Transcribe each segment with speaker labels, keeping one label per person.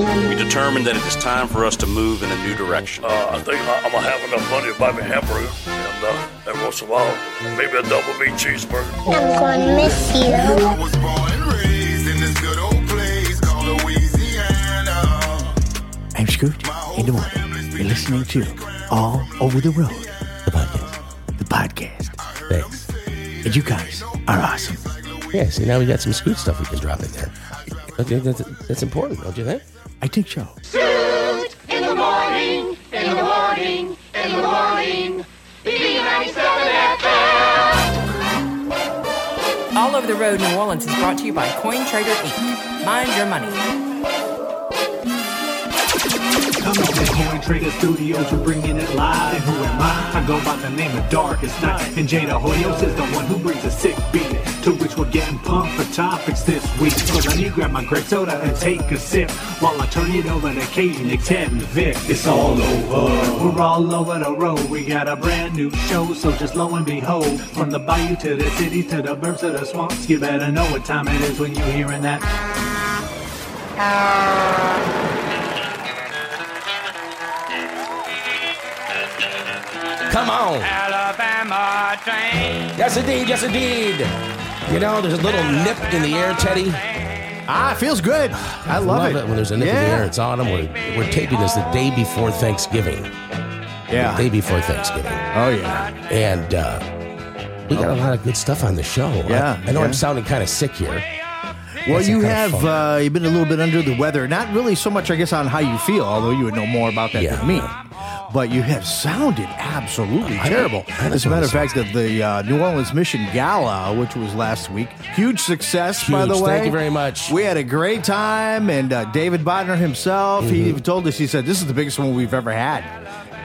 Speaker 1: determined that it is time for us to move in a new direction.
Speaker 2: Uh, I think I- I'm gonna have enough money to buy me a hamburger, and uh, every once in a while, maybe a double meat cheeseburger.
Speaker 3: I'm gonna miss you.
Speaker 4: I was born and raised in this good old place called Louisiana.
Speaker 5: I'm Scoot, and the one you're listening to All Over the Road,
Speaker 6: The podcast.
Speaker 5: the podcast.
Speaker 6: Thanks.
Speaker 5: And you guys are awesome.
Speaker 6: Yeah, see, now we got some scoot stuff we can drop in there. I think that's, that's important, don't you think?
Speaker 5: I think so.
Speaker 7: All Over the Road New Orleans is brought to you by Coin Trader Inc. Mind your money.
Speaker 8: Coming to Coin Trader Studios, we're bringing it live. And who am I? I go by the name of Darkest Night. And Jada Hoyos is the one who brings a sick beat. To which we're getting pumped for topics this week. So let me grab my grape soda and take a sip. While I turn it over to Katie, Nick, Ted, and Vic. It's all over. We're all over the road. We got a brand new show, so just lo and behold. From the bayou to the city to the burbs to the swamps, you better know what time it is when you're hearing that.
Speaker 6: Come on.
Speaker 9: Alabama train.
Speaker 6: Yes, indeed. Yes, indeed. You know, there's a little nip in the air, Teddy.
Speaker 10: Ah, it feels good. I love,
Speaker 6: it. when there's a nip in the
Speaker 10: Yeah.
Speaker 6: air. It's autumn. We're, we're taping this the day before Thanksgiving.
Speaker 10: Yeah.
Speaker 6: Day before Thanksgiving.
Speaker 10: Oh yeah.
Speaker 6: And uh, we got a lot of good stuff on the show.
Speaker 10: Yeah,
Speaker 6: I, I know I'm
Speaker 10: yeah.
Speaker 6: sounding kind of sick here.
Speaker 10: Well,
Speaker 6: That's
Speaker 10: you
Speaker 6: a kind
Speaker 10: have
Speaker 6: of fun.
Speaker 10: uh, you've been a little bit under the weather. Not really so much, I guess, on how you feel, although you would know more about that
Speaker 6: Yeah.
Speaker 10: than me. But you have sounded absolutely
Speaker 6: I don't-
Speaker 10: terrible.
Speaker 6: I don't
Speaker 10: As a matter of
Speaker 6: know.
Speaker 10: fact, that the uh, New Orleans Mission Gala, which was last week, huge success. by the
Speaker 6: Huge.
Speaker 10: way,
Speaker 6: Thank you very much.
Speaker 10: We had a great time, and uh, David Bodner himself, he
Speaker 6: Mm-hmm.
Speaker 10: even told us, he said, "This is the biggest one we've ever had."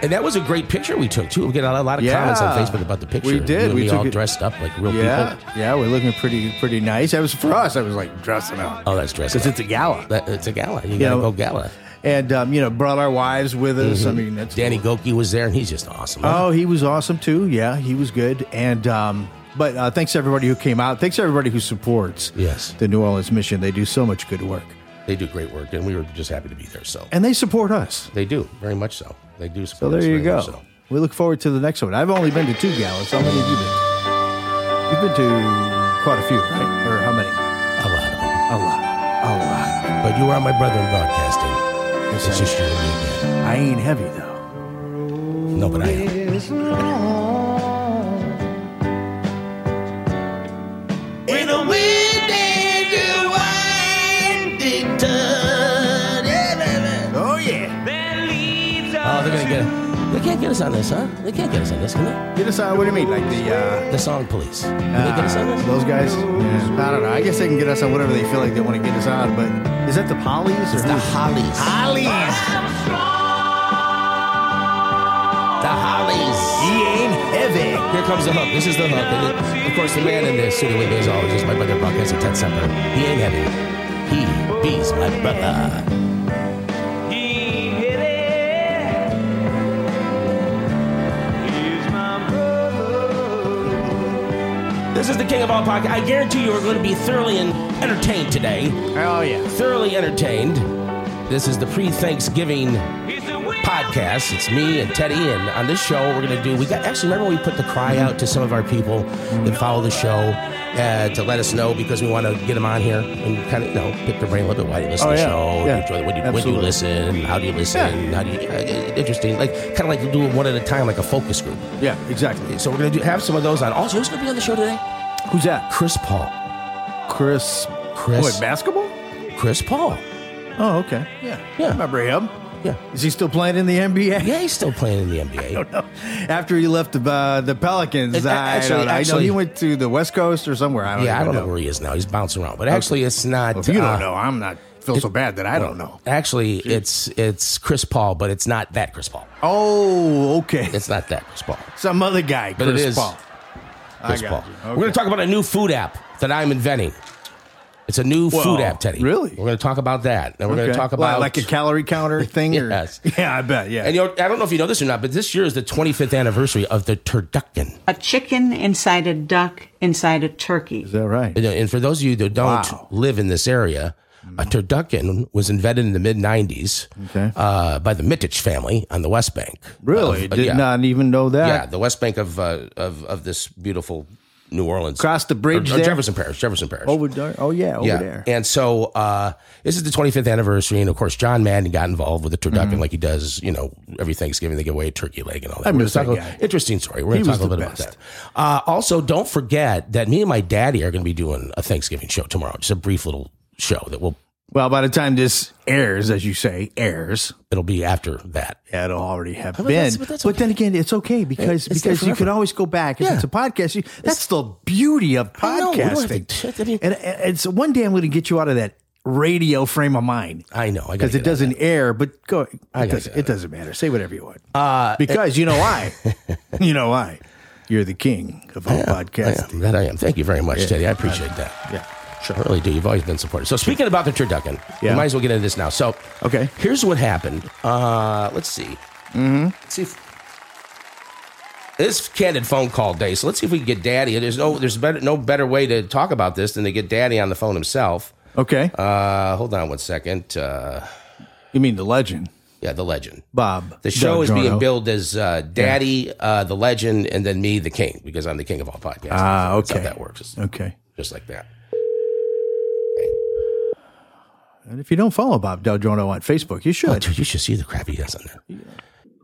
Speaker 6: And that was a great picture we took too. We get a lot of
Speaker 10: Yeah.
Speaker 6: comments on Facebook about the picture.
Speaker 10: We did.
Speaker 6: You and
Speaker 10: We
Speaker 6: me
Speaker 10: took
Speaker 6: all
Speaker 10: it-
Speaker 6: dressed up like real
Speaker 10: Yeah,
Speaker 6: people.
Speaker 10: yeah, we're looking pretty, pretty nice. That was for us. I was like dressing up.
Speaker 6: Oh, that's dressed
Speaker 10: because
Speaker 6: up.
Speaker 10: it's a gala.
Speaker 6: That, it's a gala. You
Speaker 10: Yeah.
Speaker 6: gotta go gala.
Speaker 10: and um, you know brought our wives with us. I mean, that's
Speaker 6: Danny Goki was there, and he's just awesome.
Speaker 10: Oh, he was awesome too. Yeah, he was good. And um, but uh, thanks to everybody who came out. Thanks to everybody who supports.
Speaker 6: Yes.
Speaker 10: the New Orleans Mission. They do so much good work,
Speaker 6: they do great work, and we were just happy to be there. So
Speaker 10: and they support us.
Speaker 6: they do very much so. They do.
Speaker 10: So
Speaker 6: support
Speaker 10: there
Speaker 6: us
Speaker 10: you
Speaker 6: very
Speaker 10: go.
Speaker 6: much so.
Speaker 10: We look forward to the next one. I've only been to two galas. How many have you been? to? You've been to quite a few, right? Or how many?
Speaker 6: A lot of them.
Speaker 10: A lot. A lot.
Speaker 6: But you are my brother in broadcasting.
Speaker 10: Yes,
Speaker 6: It's
Speaker 10: I-
Speaker 6: just you and me.
Speaker 10: I ain't heavy though.
Speaker 6: man. No, but I am.
Speaker 10: Oh yeah.
Speaker 9: That leaves
Speaker 6: Oh, they're gonna get. They can't get us on this, huh? They can't get us on this, can they?
Speaker 10: Get us on. What do you mean? Like the. Uh,
Speaker 6: The song police. Can they get us on
Speaker 10: Uh,
Speaker 6: this?
Speaker 10: Those guys, I don't know. I guess they can get us on whatever they feel like they want to get us on. But is that the Pollies or
Speaker 6: The
Speaker 10: who's-
Speaker 6: Hollies.
Speaker 10: Ah. Pollies?
Speaker 6: The Hollies.
Speaker 10: He ain't heavy.
Speaker 6: Here comes the hook. This is the hook. And then, of course, the man in the studio with me is always just my brother, broadcaster Ted Semper. He ain't heavy. He beats my brother.
Speaker 9: he hit it. He's my brother.
Speaker 6: This is the king of all podcasts. I guarantee you are going to be thoroughly en- entertained today.
Speaker 10: Oh yeah.
Speaker 6: Thoroughly entertained. This is the pre-Thanksgiving
Speaker 9: He's the winner.
Speaker 6: podcast. It's me and Teddy, and on this show, we're gonna do. We got actually remember we put the cry out to some of our people that follow the show uh, to let us know because we want to get them on here and kind of you know pick their brain a little bit. Why do you listen
Speaker 10: Oh,
Speaker 6: to
Speaker 10: yeah.
Speaker 6: the show? Do
Speaker 10: Yeah.
Speaker 6: you enjoy it? When, do you, when do you
Speaker 10: Absolutely.
Speaker 6: listen? How do you listen?
Speaker 10: Yeah.
Speaker 6: How do you? Uh, interesting, like kind of like you do it one at a time, like a focus group.
Speaker 10: Yeah, exactly.
Speaker 6: So we're gonna do, have some of those on. Also, who's gonna be on the show today?
Speaker 10: Who's that?
Speaker 6: Chris Paul.
Speaker 10: Chris.
Speaker 6: Chris.
Speaker 10: What, basketball?
Speaker 6: Chris Paul.
Speaker 10: Oh, okay. Yeah.
Speaker 6: Yeah.
Speaker 10: I remember him.
Speaker 6: Yeah.
Speaker 10: Is he still playing in the NBA?
Speaker 6: Yeah, he's still playing in the NBA.
Speaker 10: After he left the uh, the Pelicans,
Speaker 6: And, uh,
Speaker 10: I,
Speaker 6: actually-
Speaker 10: don't know. I know
Speaker 6: actually-
Speaker 10: he went to the West Coast or somewhere. I don't
Speaker 6: Yeah, I
Speaker 10: even
Speaker 6: don't know
Speaker 10: know.
Speaker 6: where he is now. He's bouncing around, but actually, it's not.
Speaker 10: If you
Speaker 6: uh,
Speaker 10: don't know, I'm not feel so bad that I don't know.
Speaker 6: Actually, it's it's Chris Paul, but it's not that Chris Paul.
Speaker 10: Oh, okay.
Speaker 6: It's not that Chris Paul.
Speaker 10: Some other guy,
Speaker 6: But it
Speaker 10: Chris
Speaker 6: is
Speaker 10: Paul. I
Speaker 6: Chris
Speaker 10: got
Speaker 6: Paul.
Speaker 10: you.
Speaker 6: We're
Speaker 10: Okay.
Speaker 6: going to talk about a new food app that I'm inventing. It's a new
Speaker 10: Whoa,
Speaker 6: food app, Teddy.
Speaker 10: really?
Speaker 6: We're going to talk about that, and we're going to
Speaker 10: Okay.
Speaker 6: talk
Speaker 10: Like-
Speaker 6: about
Speaker 10: like a calorie counter thing. or-
Speaker 6: Yes.
Speaker 10: Yeah, I bet. Yeah.
Speaker 6: And you know, I don't know if you know this or not, but this year is the 25th anniversary of the turducken.
Speaker 11: a chicken inside a duck inside a turkey.
Speaker 10: Is that right?
Speaker 6: And, uh, And for those of you that don't
Speaker 10: Wow. Mm-hmm.
Speaker 6: live in this area, A turducken was invented in the mid 90s
Speaker 10: Okay.
Speaker 6: uh, by the Mittich family on the West Bank.
Speaker 10: Really?
Speaker 6: Of- uh,
Speaker 10: Did
Speaker 6: yeah.
Speaker 10: not even know
Speaker 6: Yeah,
Speaker 10: that.
Speaker 6: the West Bank of uh, of of this beautiful New Orleans.
Speaker 10: Across the bridge
Speaker 6: Or- or
Speaker 10: there?
Speaker 6: Jefferson Parish, Jefferson Parish.
Speaker 10: Over there. Oh, yeah, over
Speaker 6: yeah.
Speaker 10: there.
Speaker 6: And so uh, this is the 25th anniversary, and of course John Madden got involved with the turducken like he does. You know, every Thanksgiving they give away a turkey leg and all
Speaker 10: Mm-hmm.
Speaker 6: that.
Speaker 10: I
Speaker 6: We're
Speaker 10: miss
Speaker 6: gonna talk
Speaker 10: that
Speaker 6: about-
Speaker 10: guy.
Speaker 6: interesting story. We're
Speaker 10: He
Speaker 6: going to talk a
Speaker 10: was the
Speaker 6: little bit about
Speaker 10: best.
Speaker 6: that. Uh, also, don't forget that me and my daddy are going to be doing a Thanksgiving show tomorrow. Just a brief little show that will
Speaker 10: Well, by the time this airs, as you say, airs,
Speaker 6: it'll be after that.
Speaker 10: yeah, it'll already have
Speaker 6: But
Speaker 10: been.
Speaker 6: that's- but that's okay.
Speaker 10: then again, it's okay because
Speaker 6: It's there
Speaker 10: because you
Speaker 6: forever.
Speaker 10: can always go back. If
Speaker 6: Yeah.
Speaker 10: It's a podcast. You, that's the beauty of
Speaker 6: I know, we don't have to-
Speaker 10: podcasting.
Speaker 6: I mean-
Speaker 10: and, and so one day I'm going to get you out of that radio frame of mind
Speaker 6: I know I gotta
Speaker 10: because it
Speaker 6: get on
Speaker 10: doesn't air. But go, it,
Speaker 6: gotta
Speaker 10: doesn't,
Speaker 6: get
Speaker 10: it doesn't matter. Say whatever you want
Speaker 6: Uh,
Speaker 10: because you know why. you know why. You're the king of all
Speaker 6: that. I
Speaker 10: podcasting.
Speaker 6: am. That I am. Thank you very much, Teddy. I appreciate that.
Speaker 10: Yeah.
Speaker 6: Sure, I really do. You've always been supportive. So speaking about the turducken,
Speaker 10: Yeah.
Speaker 6: we might as well get into this now. So
Speaker 10: Okay.
Speaker 6: here's what happened. Uh, let's see. Mm-hmm. Let's see. If, this candid phone call day. So let's see if we can get Daddy. There's no there's better no better way to talk about this than to get Daddy on the phone himself.
Speaker 10: Okay.
Speaker 6: Uh, hold on one second. Uh,
Speaker 10: you mean the legend,
Speaker 6: yeah, the legend.
Speaker 10: Bob?
Speaker 6: The show is being
Speaker 10: Delgiono.
Speaker 6: billed as uh, Daddy, uh, the legend, and then me, the king, because I'm the king of all podcasts.
Speaker 10: Ah,
Speaker 6: That's
Speaker 10: okay.
Speaker 6: how that works. It's
Speaker 10: Okay.
Speaker 6: Just like that.
Speaker 10: And if you don't follow Bob Del Giorno on Facebook, you
Speaker 6: Oh,
Speaker 10: should.
Speaker 6: dude, you should see the crap he does on there.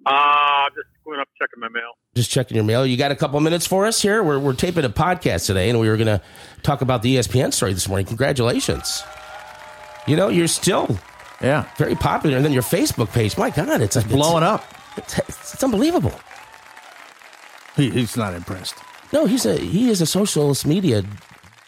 Speaker 11: Uh, just going up checking my mail.
Speaker 6: Just checking your mail. You got a couple minutes for us here? We're, we're taping a podcast today, and we were going to talk about the E ESPN story this morning. Congratulations. You know, you're still
Speaker 10: Yeah.
Speaker 6: very popular, and then your Facebook page, my God, it's, it's
Speaker 10: Blowing up.
Speaker 6: It's, it's, it's unbelievable.
Speaker 10: He, he's not impressed.
Speaker 6: No, he's a he is a socialist media.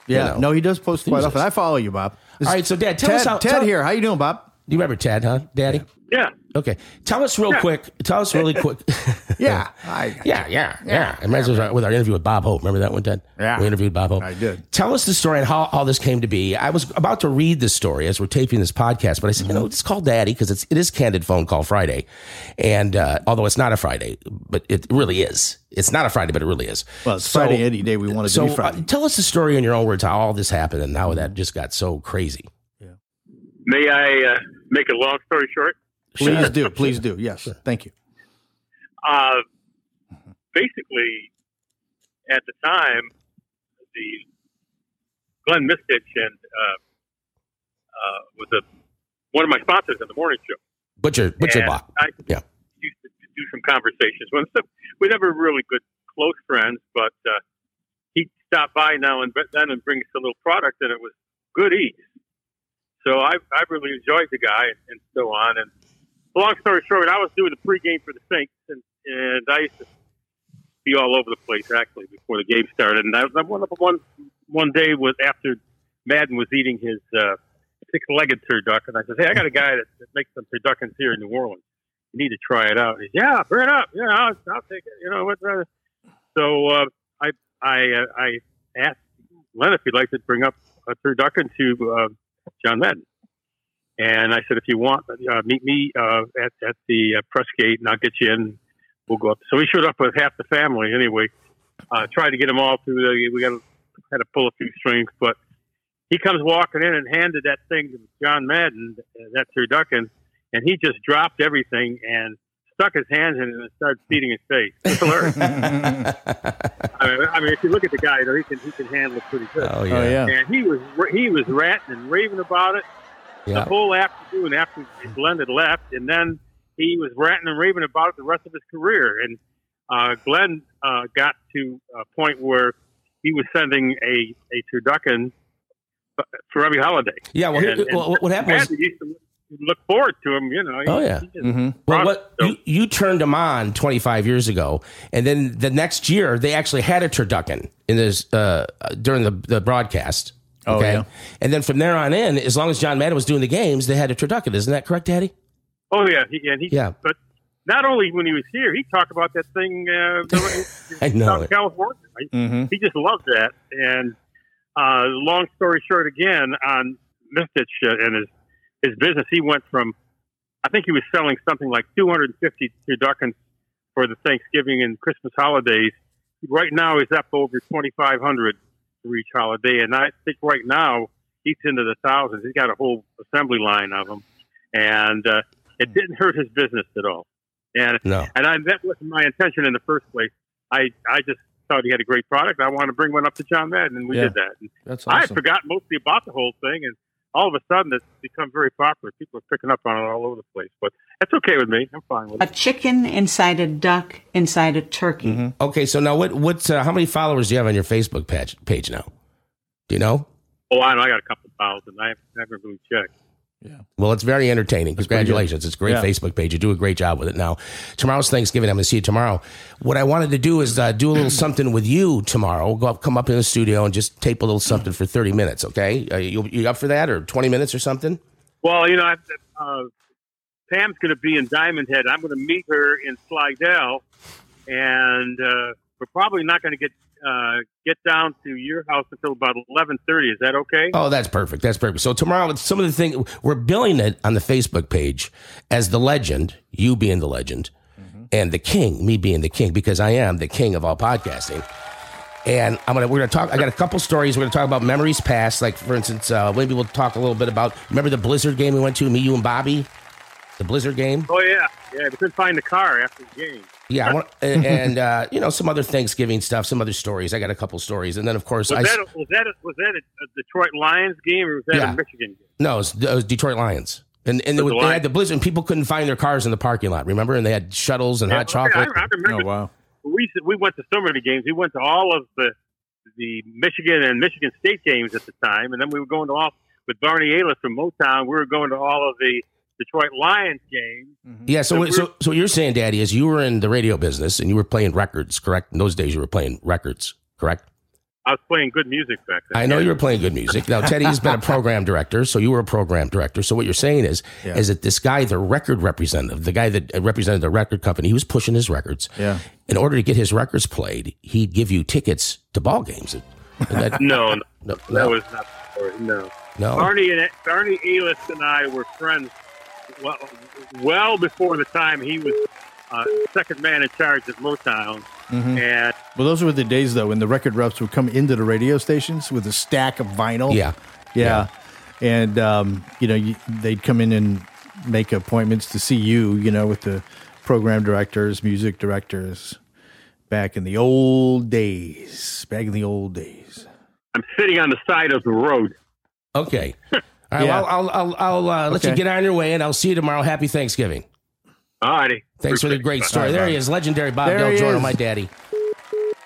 Speaker 10: Yeah.
Speaker 6: You know.
Speaker 10: No, he does post quite
Speaker 6: Enthusiast.
Speaker 10: often. I follow you, Bob. This-
Speaker 6: All right, so, Dad, tell
Speaker 10: Ted,
Speaker 6: us how-
Speaker 10: Ted
Speaker 6: tell-
Speaker 10: here. How you doing, Bob?
Speaker 6: You remember Ted, huh, Daddy?
Speaker 11: Yeah.
Speaker 6: Okay, tell us real quick. Tell us really quick.
Speaker 10: Yeah. I,
Speaker 6: Yeah, yeah, yeah. It reminds us of our- with our interview with Bob Hope. Remember that one, Ted?
Speaker 10: Yeah.
Speaker 6: We interviewed Bob Hope.
Speaker 10: I did.
Speaker 6: Tell us the story and how all this came to be. I was about to read this story as we're taping this podcast, but I said, you know, just call Daddy because it's it is Candid Phone Call Friday, and uh, although it's not a Friday, but it really is. It's not a Friday, but it really is.
Speaker 10: Well, it's Friday any day we want to
Speaker 6: So
Speaker 10: do
Speaker 6: uh,
Speaker 10: Friday.
Speaker 6: tell us the story in your own words how all this happened and how that just got so crazy.
Speaker 11: May I uh, make a long story short?
Speaker 10: please
Speaker 6: Sure.
Speaker 10: do. Please do. Yes. Thank you.
Speaker 11: Uh, basically, at the time, the Glenn Mistich and uh, uh, was a one of my sponsors in the morning show.
Speaker 6: Butcher Butcher
Speaker 11: And
Speaker 6: Block.
Speaker 11: I
Speaker 6: Yeah.
Speaker 11: used to do some conversations with him. We never really good close friends, but uh, he'd stop by now and then and bring us a little product, and it was good eats. So I, I really enjoyed the guy and, and so on. And long story short, I was doing the pregame for the Saints, and, and I used to be all over the place actually before the game started. And I, I went up one one day was after Madden was eating his uh, six-legged turducken. I said, "Hey, I got a guy that, that makes some turduckens here in New Orleans. You need to try it out." He said, "Yeah, bring it up. Yeah, I'll, I'll take it. You know what?" Uh, so uh, I I uh, I asked Len if he'd like to bring up a turducken to uh, John Madden. And I said, if you want, uh, meet me uh, at, at the uh, press gate and I'll get you in. We'll go up. So we showed up with half the family anyway. Uh, tried to get them all through the, we got to, had to pull a few strings, but he comes walking in and handed that thing to John Madden, uh, that turducken, and he just dropped everything and stuck his hands in it and started feeding his face. It's hilarious. I, mean, I mean, if you look at the guy, though, he can, he can handle it pretty good.
Speaker 10: Oh, yeah.
Speaker 11: And he was, he was ratting and raving about it
Speaker 6: Yeah.
Speaker 11: the whole afternoon after Glenn had left, and then he was ranting and raving about it the rest of his career. And uh, Glenn uh, got to a point where he was sending a a turducken for every holiday.
Speaker 6: Yeah, well, here- well, what- what happened was-
Speaker 11: Madden used to look forward to him. You know.
Speaker 6: Oh, yeah.
Speaker 11: He just-
Speaker 6: Well,
Speaker 11: Right.
Speaker 6: what you, you turned them on 25 years ago, and then the next year they actually had a turducken in this uh, during the, the broadcast.
Speaker 10: Oh, yeah.
Speaker 6: and then from there on in, as long as John Madden was doing the games, they had a turducken. Isn't that correct, Daddy?
Speaker 11: Oh yeah. He, and he,
Speaker 6: Yeah.
Speaker 11: But not only when he was here, he talked about that thing. Uh,
Speaker 6: I know
Speaker 11: South
Speaker 6: it.
Speaker 11: California. Right?
Speaker 10: Mm-hmm.
Speaker 11: he just loved that. And uh, long story short, again on Mistich and his his business, he went from I think he was selling something like 250 turduckens for the Thanksgiving and Christmas holidays. Right now, he's up over 2,500 for each holiday, and I think right now he's into the thousands. He's got a whole assembly line of them, and uh, it didn't hurt his business at all. And
Speaker 6: No.
Speaker 11: and I that wasn't my intention in the first place. I I just thought he had a great product. I wanted to bring one up to John Madden, and we
Speaker 12: Yeah.
Speaker 11: did that. And
Speaker 12: That's
Speaker 11: I had
Speaker 12: awesome.
Speaker 11: forgotten mostly about the whole thing, and all of a sudden it's become very popular. People are picking up on it all over the place, but that's okay with me. I'm fine with
Speaker 13: A chicken inside a duck inside a turkey.
Speaker 6: Okay, so now what? What? Uh, how many followers do you have on your Facebook page? Page now? Do you know?
Speaker 11: it. Oh, I know. I got a couple thousand. I haven't, I haven't really checked.
Speaker 6: Well, it's very entertaining.
Speaker 11: pretty good.
Speaker 6: Congratulations. It's a great
Speaker 11: Yeah.
Speaker 6: Facebook page. You do a great job with it. Now, tomorrow's Thanksgiving. I'm going to see you tomorrow. What I wanted to do is uh, do a little something with you tomorrow. We'll go up, come up in the studio and just tape a little something for 30 minutes, okay? Uh, you, you up for that or 20 minutes or something?
Speaker 11: Well, you know, I, uh, Pam's going to be in Diamond Head. I'm going to meet her in Slidell, and uh, we're probably not going to get uh, get down to your house until about 11:30. Is that okay?
Speaker 6: Oh, that's perfect. That's perfect. So tomorrow, it's some of the thing we're billing it on the Facebook page as the legend, you being the legend, and the king, me being the king, because I am the king of all podcasting. And I'm gonna we're gonna talk. I got a couple stories. We're gonna talk about memories past. Like for instance, uh, maybe we'll talk a little bit about remember the Blizzard game we went to, me, you, and Bobby, the Blizzard game.
Speaker 11: Oh yeah, yeah. We couldn't find the car after the game.
Speaker 6: Yeah, I want, and, and uh, you know some other Thanksgiving stuff, some other stories. I got a couple stories, and then of course
Speaker 11: Was
Speaker 6: I s-
Speaker 11: that a, was that a, was that a, a Detroit Lions game or was that
Speaker 6: Yeah.
Speaker 11: a Michigan game?
Speaker 6: No, it was, it was Detroit Lions. And, and they,
Speaker 11: Was it
Speaker 6: was, they
Speaker 11: Lions?
Speaker 6: had the blizzard, and people couldn't find their cars in the parking lot, remember? And they had shuttles and
Speaker 11: Yeah,
Speaker 6: hot
Speaker 11: okay,
Speaker 6: chocolate.
Speaker 11: I- I remember. Oh,
Speaker 6: wow.
Speaker 11: we we went to so many games. We went to all of the the Michigan and Michigan State games at the time, and then we were going to all with Barney Ailis from Motown. We were going to all of the Detroit Lions games.
Speaker 6: Yeah, so, what- so, so what you're saying, Daddy, is you were in the radio business and you were playing records, correct? In those days, you were playing records, correct?
Speaker 11: I was playing good music back then.
Speaker 6: I know you were playing good music. Now, Teddy's been a program director, so you were a program director. So what you're saying is,
Speaker 11: Yeah.
Speaker 6: is that this guy, the record representative, the guy that represented the record company, he was pushing his records.
Speaker 10: Yeah.
Speaker 6: In order to get his records played, he'd give you tickets to ball games. And that-
Speaker 11: no, no,
Speaker 6: no, Oh.
Speaker 11: that was not the story. No,
Speaker 6: No.
Speaker 11: Barney and Barney Ailis and I were friends well, well before the time he was uh, second man in charge at Motown,
Speaker 6: Mm-hmm.
Speaker 10: Mhm.
Speaker 11: and
Speaker 10: Well, those were the days though when the record reps would come into the radio stations with a stack of vinyl.
Speaker 6: Yeah.
Speaker 10: yeah, and um, you know you, they'd come in and make appointments to see you. You know, with the program directors, music directors, back in the old days. Back in the old days.
Speaker 11: I'm sitting on the side of the road.
Speaker 6: Okay. All right.
Speaker 10: Yeah.
Speaker 6: Well, I'll, I'll, I'll uh, let you
Speaker 10: Okay.
Speaker 6: get on your way, and I'll see you tomorrow. Happy Thanksgiving.
Speaker 11: All righty.
Speaker 6: Thanks for the great
Speaker 10: All
Speaker 6: story.
Speaker 10: right,
Speaker 6: there he
Speaker 10: Bob.
Speaker 6: is, legendary Bob
Speaker 10: There
Speaker 6: Del
Speaker 10: he
Speaker 6: Giorno,
Speaker 10: is.
Speaker 6: my daddy.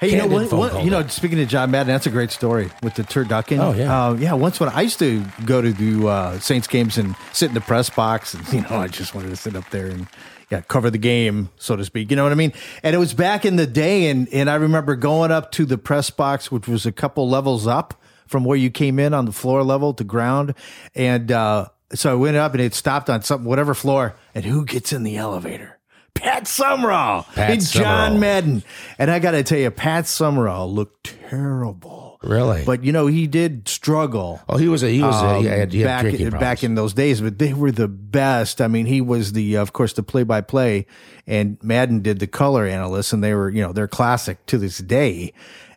Speaker 10: Hey, you know,
Speaker 6: Candid
Speaker 10: what,
Speaker 6: phone
Speaker 10: what-
Speaker 6: call
Speaker 10: you know, speaking of John Madden, that's a great story with the turducken. Oh yeah, uh, yeah. Once when I used to go to the uh, Saints games and sit in the press box, and you know, I just wanted to sit up there and yeah, cover the game, so to speak. You know what I mean? And it was back in the day, and and I remember going up to the press box, which was a couple levels up from where you came in on the floor level to ground, and uh, so I went up, and it stopped on something, whatever floor, and who gets in the elevator? Pat Summerall
Speaker 6: Pat
Speaker 10: and John
Speaker 6: Summerall.
Speaker 10: Madden. And I got to tell you, Pat Summerall looked terrible.
Speaker 6: Really?
Speaker 10: But you know, he did struggle. um,
Speaker 6: Oh, he was a he was a, he had, he had
Speaker 10: back
Speaker 6: drinking problems.
Speaker 10: back in those days, but they were the best. I mean, he was the of course the play by play, and Madden did the color analyst, and they were you know they're classic to this day.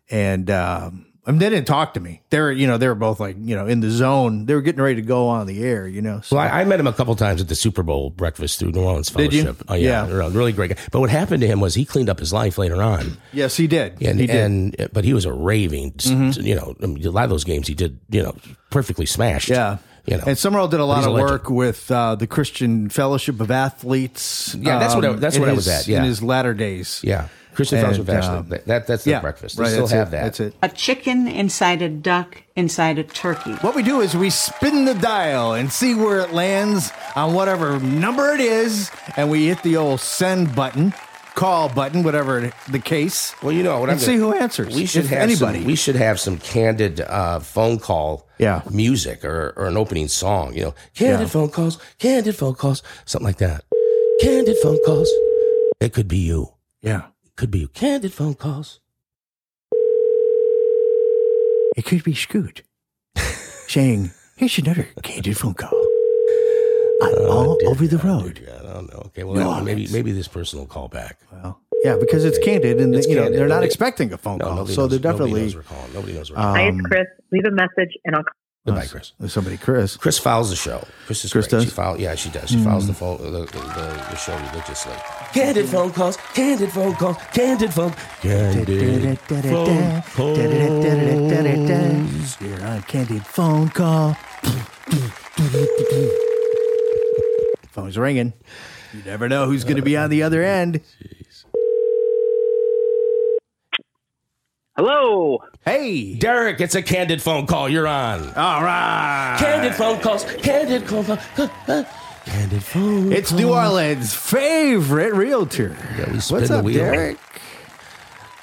Speaker 10: And um, I mean, they didn't talk to me. They were you know they were both like you know in the zone. They were getting ready to go on the air. You know, so
Speaker 6: Well, I, I met him a couple times at the Super Bowl breakfast through New Orleans
Speaker 10: Did you?
Speaker 6: Fellowship. Oh yeah,
Speaker 10: Yeah.
Speaker 6: Real- really great guy. But what happened to him was he cleaned up his life later on.
Speaker 10: yes, he did.
Speaker 6: And,
Speaker 10: he did.
Speaker 6: and but he was a raving, s- you know. I mean, a lot of those games he did, you know, perfectly smashed.
Speaker 10: Yeah.
Speaker 6: you know.
Speaker 10: And Summerall did a
Speaker 6: But
Speaker 10: lot
Speaker 6: he's
Speaker 10: of
Speaker 6: a legend.
Speaker 10: work with uh, the Christian Fellowship of Athletes.
Speaker 6: Yeah, that's what I-
Speaker 10: um,
Speaker 6: that's
Speaker 10: in
Speaker 6: what I was
Speaker 10: his-
Speaker 6: at, yeah.
Speaker 10: in his latter days.
Speaker 6: Yeah, Christian
Speaker 10: And,
Speaker 6: Fellowship. Actually,
Speaker 10: um,
Speaker 6: that, that that's the
Speaker 10: yeah,
Speaker 6: breakfast. They
Speaker 10: right,
Speaker 6: still
Speaker 10: that's
Speaker 6: have
Speaker 10: it,
Speaker 6: that.
Speaker 10: that's it.
Speaker 13: A chicken inside a duck inside a turkey.
Speaker 10: What we do is we spin the dial and see where it lands on whatever number it is, and we hit the old send button, call button, whatever the case.
Speaker 6: Well, you know what
Speaker 10: and
Speaker 6: I'm
Speaker 10: see
Speaker 6: gonna-
Speaker 10: who answers.
Speaker 6: We should
Speaker 10: if
Speaker 6: have
Speaker 10: anybody.
Speaker 6: Some, we should have some candid uh, phone call.
Speaker 10: Yeah.
Speaker 6: music or, or an opening song. You know, candid
Speaker 10: Yeah.
Speaker 6: phone calls, candid phone calls, something like that. Candid phone calls. It could be you.
Speaker 10: yeah,
Speaker 6: Could be you. Candid phone calls.
Speaker 10: it could be Scoot saying, "Here's another candid phone call." I'm
Speaker 6: Oh,
Speaker 10: all over the road.
Speaker 6: Yeah, I don't know. Okay, well,
Speaker 10: New
Speaker 6: that- maybe
Speaker 10: Orleans.
Speaker 6: maybe this person will call back.
Speaker 10: Yeah, because it's candid, and
Speaker 6: It's
Speaker 10: you know
Speaker 6: candid.
Speaker 10: they're not
Speaker 6: Nobody-
Speaker 10: expecting a phone
Speaker 6: No,
Speaker 10: call,
Speaker 6: nobody
Speaker 10: so
Speaker 6: knows-
Speaker 10: they're
Speaker 6: nobody
Speaker 10: definitely.
Speaker 6: knows we're calling. Nobody knows we're
Speaker 10: um,
Speaker 6: calling.
Speaker 14: Chris. Leave a message and I'll
Speaker 6: Goodbye, Chris.
Speaker 10: There's somebody, Chris.
Speaker 6: Chris fouls the show. Chris is
Speaker 10: Chris
Speaker 6: great. She
Speaker 10: does?
Speaker 6: fouls, yeah, she does. She
Speaker 10: Mm.
Speaker 6: fouls the, fo- the, the, the the show religiously. Candid phone calls, candid phone calls, candid phone, candid phone calls.
Speaker 10: You're on candid phone call. Phone's ringing. You never know who's going to be on the other end.
Speaker 6: Hello. Hey. Derek, it's a candid phone call. You're on. All right. Candid phone calls. Candid phone calls. Candid phone.
Speaker 10: It's New Orleans' favorite realtor.
Speaker 6: Spin
Speaker 10: What's
Speaker 6: the
Speaker 10: up,
Speaker 6: wheel.
Speaker 10: Derek?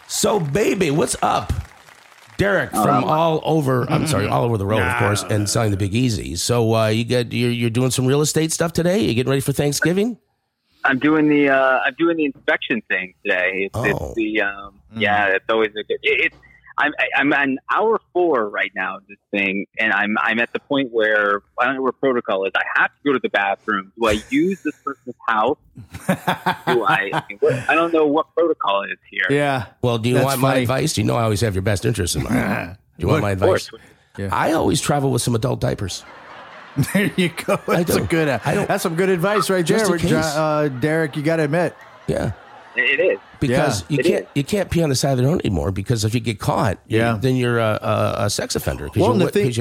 Speaker 6: So, baby, what's up? Derek from all over, I'm sorry, all over the road, of course, and selling the Big Easy. So, uh, you got you're, you're doing some real estate stuff today. You getting ready for Thanksgiving?
Speaker 12: I'm doing the uh, I'm doing the inspection thing today. It's, it's the um, yeah, it's always a good. It, it's I'm I'm on hour four right now of this thing, and I'm I'm at the point where I don't know where protocol is. I have to go to the bathroom. Do I use this person's house? Do I? I don't know what protocol is here.
Speaker 6: Well, do you
Speaker 12: That's
Speaker 6: want my
Speaker 12: funny.
Speaker 6: advice? You know, I always have your best interest in mind. do you want my
Speaker 12: Of course.
Speaker 6: advice? I always travel with some adult diapers.
Speaker 10: There you go. That's a good. uh, That's some good advice right there,
Speaker 6: Just in
Speaker 10: Jo-
Speaker 6: case.
Speaker 10: uh, Derek. You got to admit.
Speaker 6: Yeah.
Speaker 12: It is
Speaker 6: because
Speaker 10: Yeah.
Speaker 6: you
Speaker 10: It
Speaker 6: can't you can't pee on the side of the road anymore because if you get caught, yeah. then you're a, a, a sex offender because
Speaker 10: Well, and
Speaker 6: you,
Speaker 10: the
Speaker 6: wa-
Speaker 10: thing-
Speaker 6: 'cause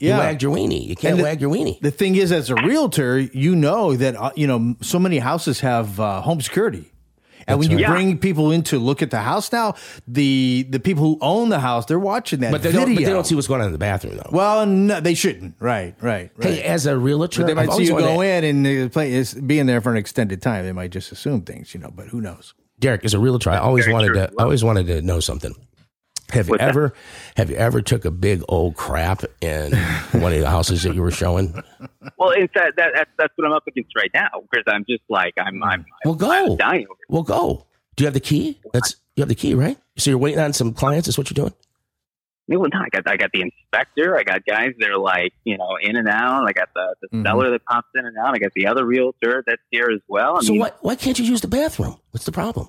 Speaker 6: you, you wagged your weenie. You can't
Speaker 10: And the-
Speaker 6: wag your weenie.
Speaker 10: The thing is, as a realtor, you know that uh, you know so many houses have uh, home security, and
Speaker 6: That's
Speaker 10: when you
Speaker 6: right.
Speaker 10: bring people in to look at the house now, the the people who own the house they're watching that
Speaker 6: But they,
Speaker 10: video.
Speaker 6: don't, but they don't see what's going on in the bathroom though.
Speaker 10: well, no, they shouldn't. Right, right, right.
Speaker 6: Hey, as a realtor,
Speaker 10: But they might
Speaker 6: I've
Speaker 10: see
Speaker 6: always
Speaker 10: you
Speaker 6: wanted
Speaker 10: go
Speaker 6: to-
Speaker 10: in and they play, it's being there for an extended time. They might just assume things, you know. But who knows?
Speaker 6: Derek, as a realtor, I always wanted to I always wanted to know something. Have you
Speaker 10: What's that?
Speaker 6: ever have you ever took a big old crap in one of the houses that you were showing?
Speaker 12: Well, in fact, that, that's that's what I'm up against right now because I'm just like I'm I'm
Speaker 6: Well, go.
Speaker 12: dying.
Speaker 6: Well, go. Do you have the key? That's you have the key, right? So you're waiting on some clients. Is what you're doing?
Speaker 12: Well, no, I got I got the inspector. I got guys that are like you know in and out. I got the, the
Speaker 6: Mhm.
Speaker 12: seller that pops in and out. I got the other realtor that's here as
Speaker 10: Oh,
Speaker 12: well. I
Speaker 6: so
Speaker 12: mean,
Speaker 6: why why can't you use the bathroom? What's the problem?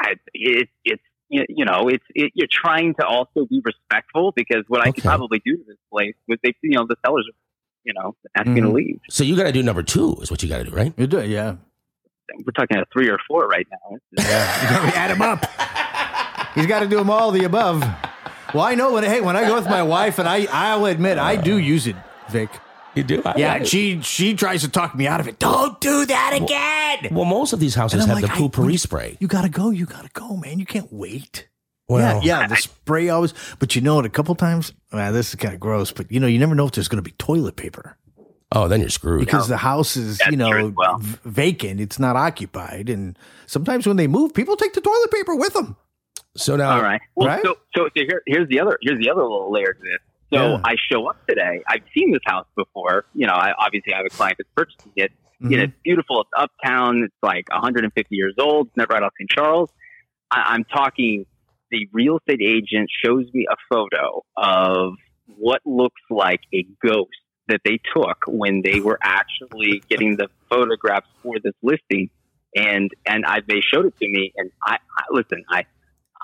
Speaker 12: I, it, it's you you know it's it, you're trying to also be respectful because what I could probably do to this place was they you know the sellers are you know asking to
Speaker 6: Mhm.
Speaker 12: leave.
Speaker 6: So you got to do number two, is what you got to do, right?
Speaker 10: You do, yeah.
Speaker 12: We're talking a three or four right now.
Speaker 10: add him up. He's got to do them all the above. Well, I know when. Hey, when I go with my wife, and I, I'll admit I do use it, Vic.
Speaker 6: You do, I-
Speaker 10: yeah.
Speaker 6: I-
Speaker 10: and She she tries to talk me out of it. Don't do that again.
Speaker 6: Well, most of these
Speaker 10: And
Speaker 6: houses
Speaker 10: I'm
Speaker 6: have
Speaker 10: like, I-
Speaker 6: the poopery spray.
Speaker 10: You gotta go. You gotta go, man. You can't wait.
Speaker 6: Well-
Speaker 10: yeah, yeah, the spray always. But you know it a couple times. Man, this is kind of gross. But you know, you never know if there's going to be toilet paper
Speaker 6: Oh, then you're screwed.
Speaker 10: because the house is you know v- vacant. It's not occupied, and sometimes when they move, people take the toilet paper with them.
Speaker 6: So now,
Speaker 12: All right. Well,
Speaker 10: right?
Speaker 12: So, so here, here's the other here's the other little layer to this. So
Speaker 10: Yeah.
Speaker 12: I show up today. I've seen this house before. You know, I obviously I have a client that's purchasing it. You
Speaker 10: Mm-hmm.
Speaker 12: know,
Speaker 14: Mhm.
Speaker 12: it's beautiful. It's uptown. It's like 150 years old. It's never out of St. Charles. I, I'm talking. The real estate agent shows me a photo of what looks like a ghost that they took when they were actually getting the photographs for this listing, and and I they showed it to me, and I, I listen, I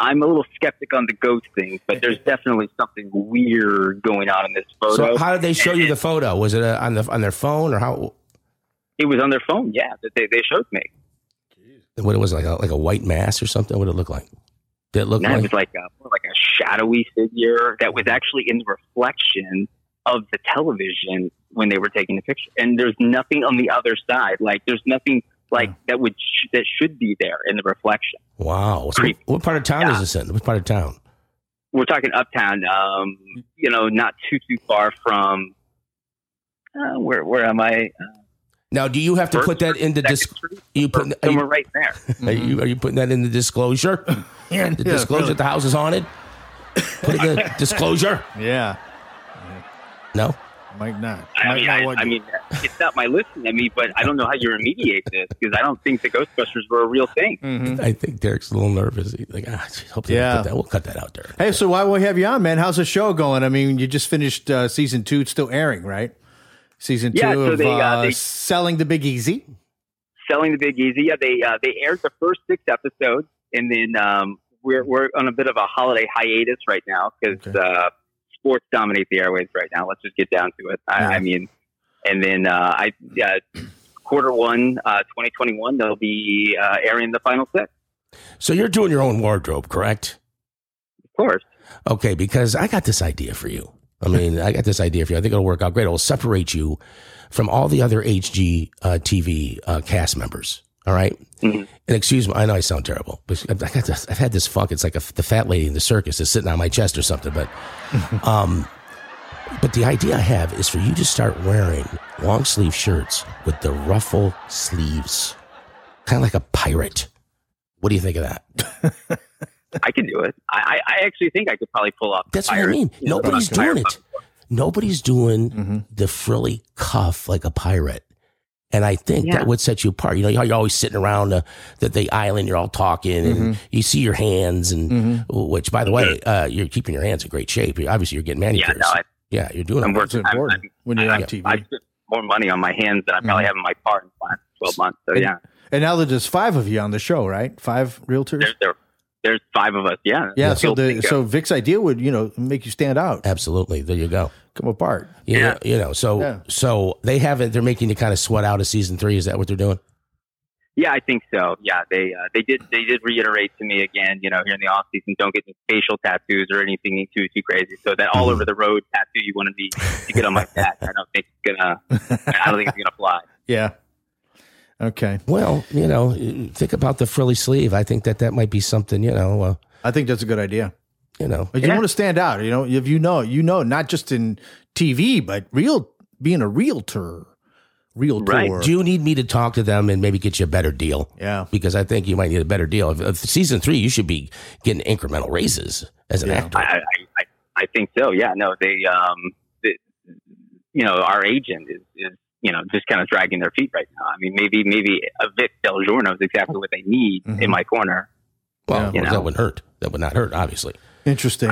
Speaker 12: I'm a little skeptic on the ghost thing, but there's definitely something weird going on in this photo.
Speaker 6: so how did they show you the photo? Was it uh, on the on their phone or how?
Speaker 12: it was on their phone, yeah, that they, they showed me.
Speaker 6: What it was like a, like a white mass or something? What did it look like? Did it look
Speaker 12: And it
Speaker 6: like?
Speaker 12: was like a, more like a shadowy figure that was actually in the reflection of the television when they were taking the picture. And there's nothing on the other side. Like there's nothing like that would sh- that should be there in the reflection.
Speaker 6: wow. So what part of town is this in? What part of town?
Speaker 12: We're talking uptown, um, you know, not too too far from uh, where where am I? Uh,
Speaker 6: Now, do you have to put that in the dis- you put are
Speaker 12: Somewhere
Speaker 6: you,
Speaker 12: right there.
Speaker 6: are you are you putting that in the disclosure?
Speaker 10: Yeah,
Speaker 6: the
Speaker 10: yeah,
Speaker 6: disclosure
Speaker 10: really.
Speaker 6: that the house is haunted. Put it in the disclosure.
Speaker 10: Yeah.
Speaker 6: No.
Speaker 10: Might not.
Speaker 12: I mean, I, I mean, it's not my listing. I mean, but I don't know how you remediate this because I don't think the Ghostbusters were a real thing.
Speaker 6: I think Derek's a little nervous. He's like, ah, geez, hope they
Speaker 10: Mm-hmm. Yeah.
Speaker 6: yeah. cut that. We'll cut that out, Derek.
Speaker 10: Hey, so why we have you on, man? How's the show going? I mean, you just finished uh, season two. It's still airing, right? Season two
Speaker 12: Yeah, so
Speaker 10: of
Speaker 12: they, uh,
Speaker 10: uh,
Speaker 12: they-
Speaker 10: selling the Big Easy.
Speaker 12: Selling the Big Easy. Yeah, they uh, they aired the first six episodes, and then um, we're we're on a bit of a holiday hiatus right now because uh, sports dominate the airways right now. Let's just get down to it. I, I mean, and then uh, I uh, quarter one, uh, 2021, they'll be uh, airing the final set.
Speaker 6: So you're doing your own wardrobe, correct?
Speaker 12: Of course.
Speaker 6: Okay, because I got this idea for you. I mean, I got this idea for you. I think it'll work out great. It'll separate you from all the other HG uh, TV uh, cast members. All right? And excuse me, I know I sound terrible, but I've, I got this, I've had this funk. It's like a, the fat lady in the circus is sitting on my chest or something. But, um, but the idea I have is for you to start wearing long sleeve shirts with the ruffle sleeves, kind of like a pirate. What do you think of that?
Speaker 12: I could do it. I, I I actually think I could probably pull off.
Speaker 6: That's what I mean. Nobody's doing it. Nobody's doing
Speaker 12: Mm-hmm.
Speaker 6: the frilly cuff like a pirate. And I think
Speaker 12: Yeah.
Speaker 6: that would set you apart. You know, how you're always sitting around the, the, the island, you're all talking and
Speaker 12: Mhm.
Speaker 6: you see your hands and
Speaker 12: Mm-hmm.
Speaker 6: which by the way, uh, you're keeping your hands in great shape. You- Obviously you're getting manicures.
Speaker 12: no, I-
Speaker 6: yeah, you're doing
Speaker 12: I'm
Speaker 6: it.
Speaker 12: working. I'm- I'm-
Speaker 10: when you're
Speaker 12: I,
Speaker 10: on
Speaker 12: I-
Speaker 10: TV.
Speaker 12: I spent more money on my hands than I
Speaker 6: Mm-hmm.
Speaker 12: probably have in my car in the last 12 months. So,
Speaker 10: And-
Speaker 12: yeah.
Speaker 10: And now that there's five of you on the show, right? Five realtors.
Speaker 12: There, there's five of us. Yeah.
Speaker 10: yeah. So
Speaker 12: You'll
Speaker 10: the
Speaker 12: think of-
Speaker 10: so Vic's idea would you know make you stand out.
Speaker 6: Absolutely. There you go.
Speaker 10: Come apart.
Speaker 6: You know, you know, so
Speaker 10: Yeah.
Speaker 6: so they haven't they're making you kind of sweat out of season three. Is that what they're doing?
Speaker 12: Yeah, I think so. Yeah, they uh, they did they did reiterate to me again, you know, here in the off season, don't get any facial tattoos or anything too too crazy. So that all over the road tattoo you want to be to get on my back, I don't think it's gonna. I don't think it's gonna fly.
Speaker 10: Yeah. Okay.
Speaker 6: Well, you know, think about the frilly sleeve. I think that that might be something, you know. Uh,
Speaker 10: I think that's a good idea.
Speaker 6: You know,
Speaker 10: But you want to stand out. You know, if you know, you know, not just in TV, but real being a realtor, realtor.
Speaker 6: Do you need me to talk to them and maybe get you a better deal?
Speaker 10: Yeah.
Speaker 6: Because I think you might need a better deal. If, if season three, you should be getting incremental raises as an actor.
Speaker 12: I, I, I, I think so. Yeah. No, they, um, the you know, our agent is, is, you know, just kind of dragging their feet right now. I mean, maybe, maybe a Vic Del Giorno is exactly what they need
Speaker 10: Mm-hmm.
Speaker 12: in my corner.
Speaker 6: Well,
Speaker 12: you know.
Speaker 6: that wouldn't hurt. That would not hurt, obviously.
Speaker 10: Interesting.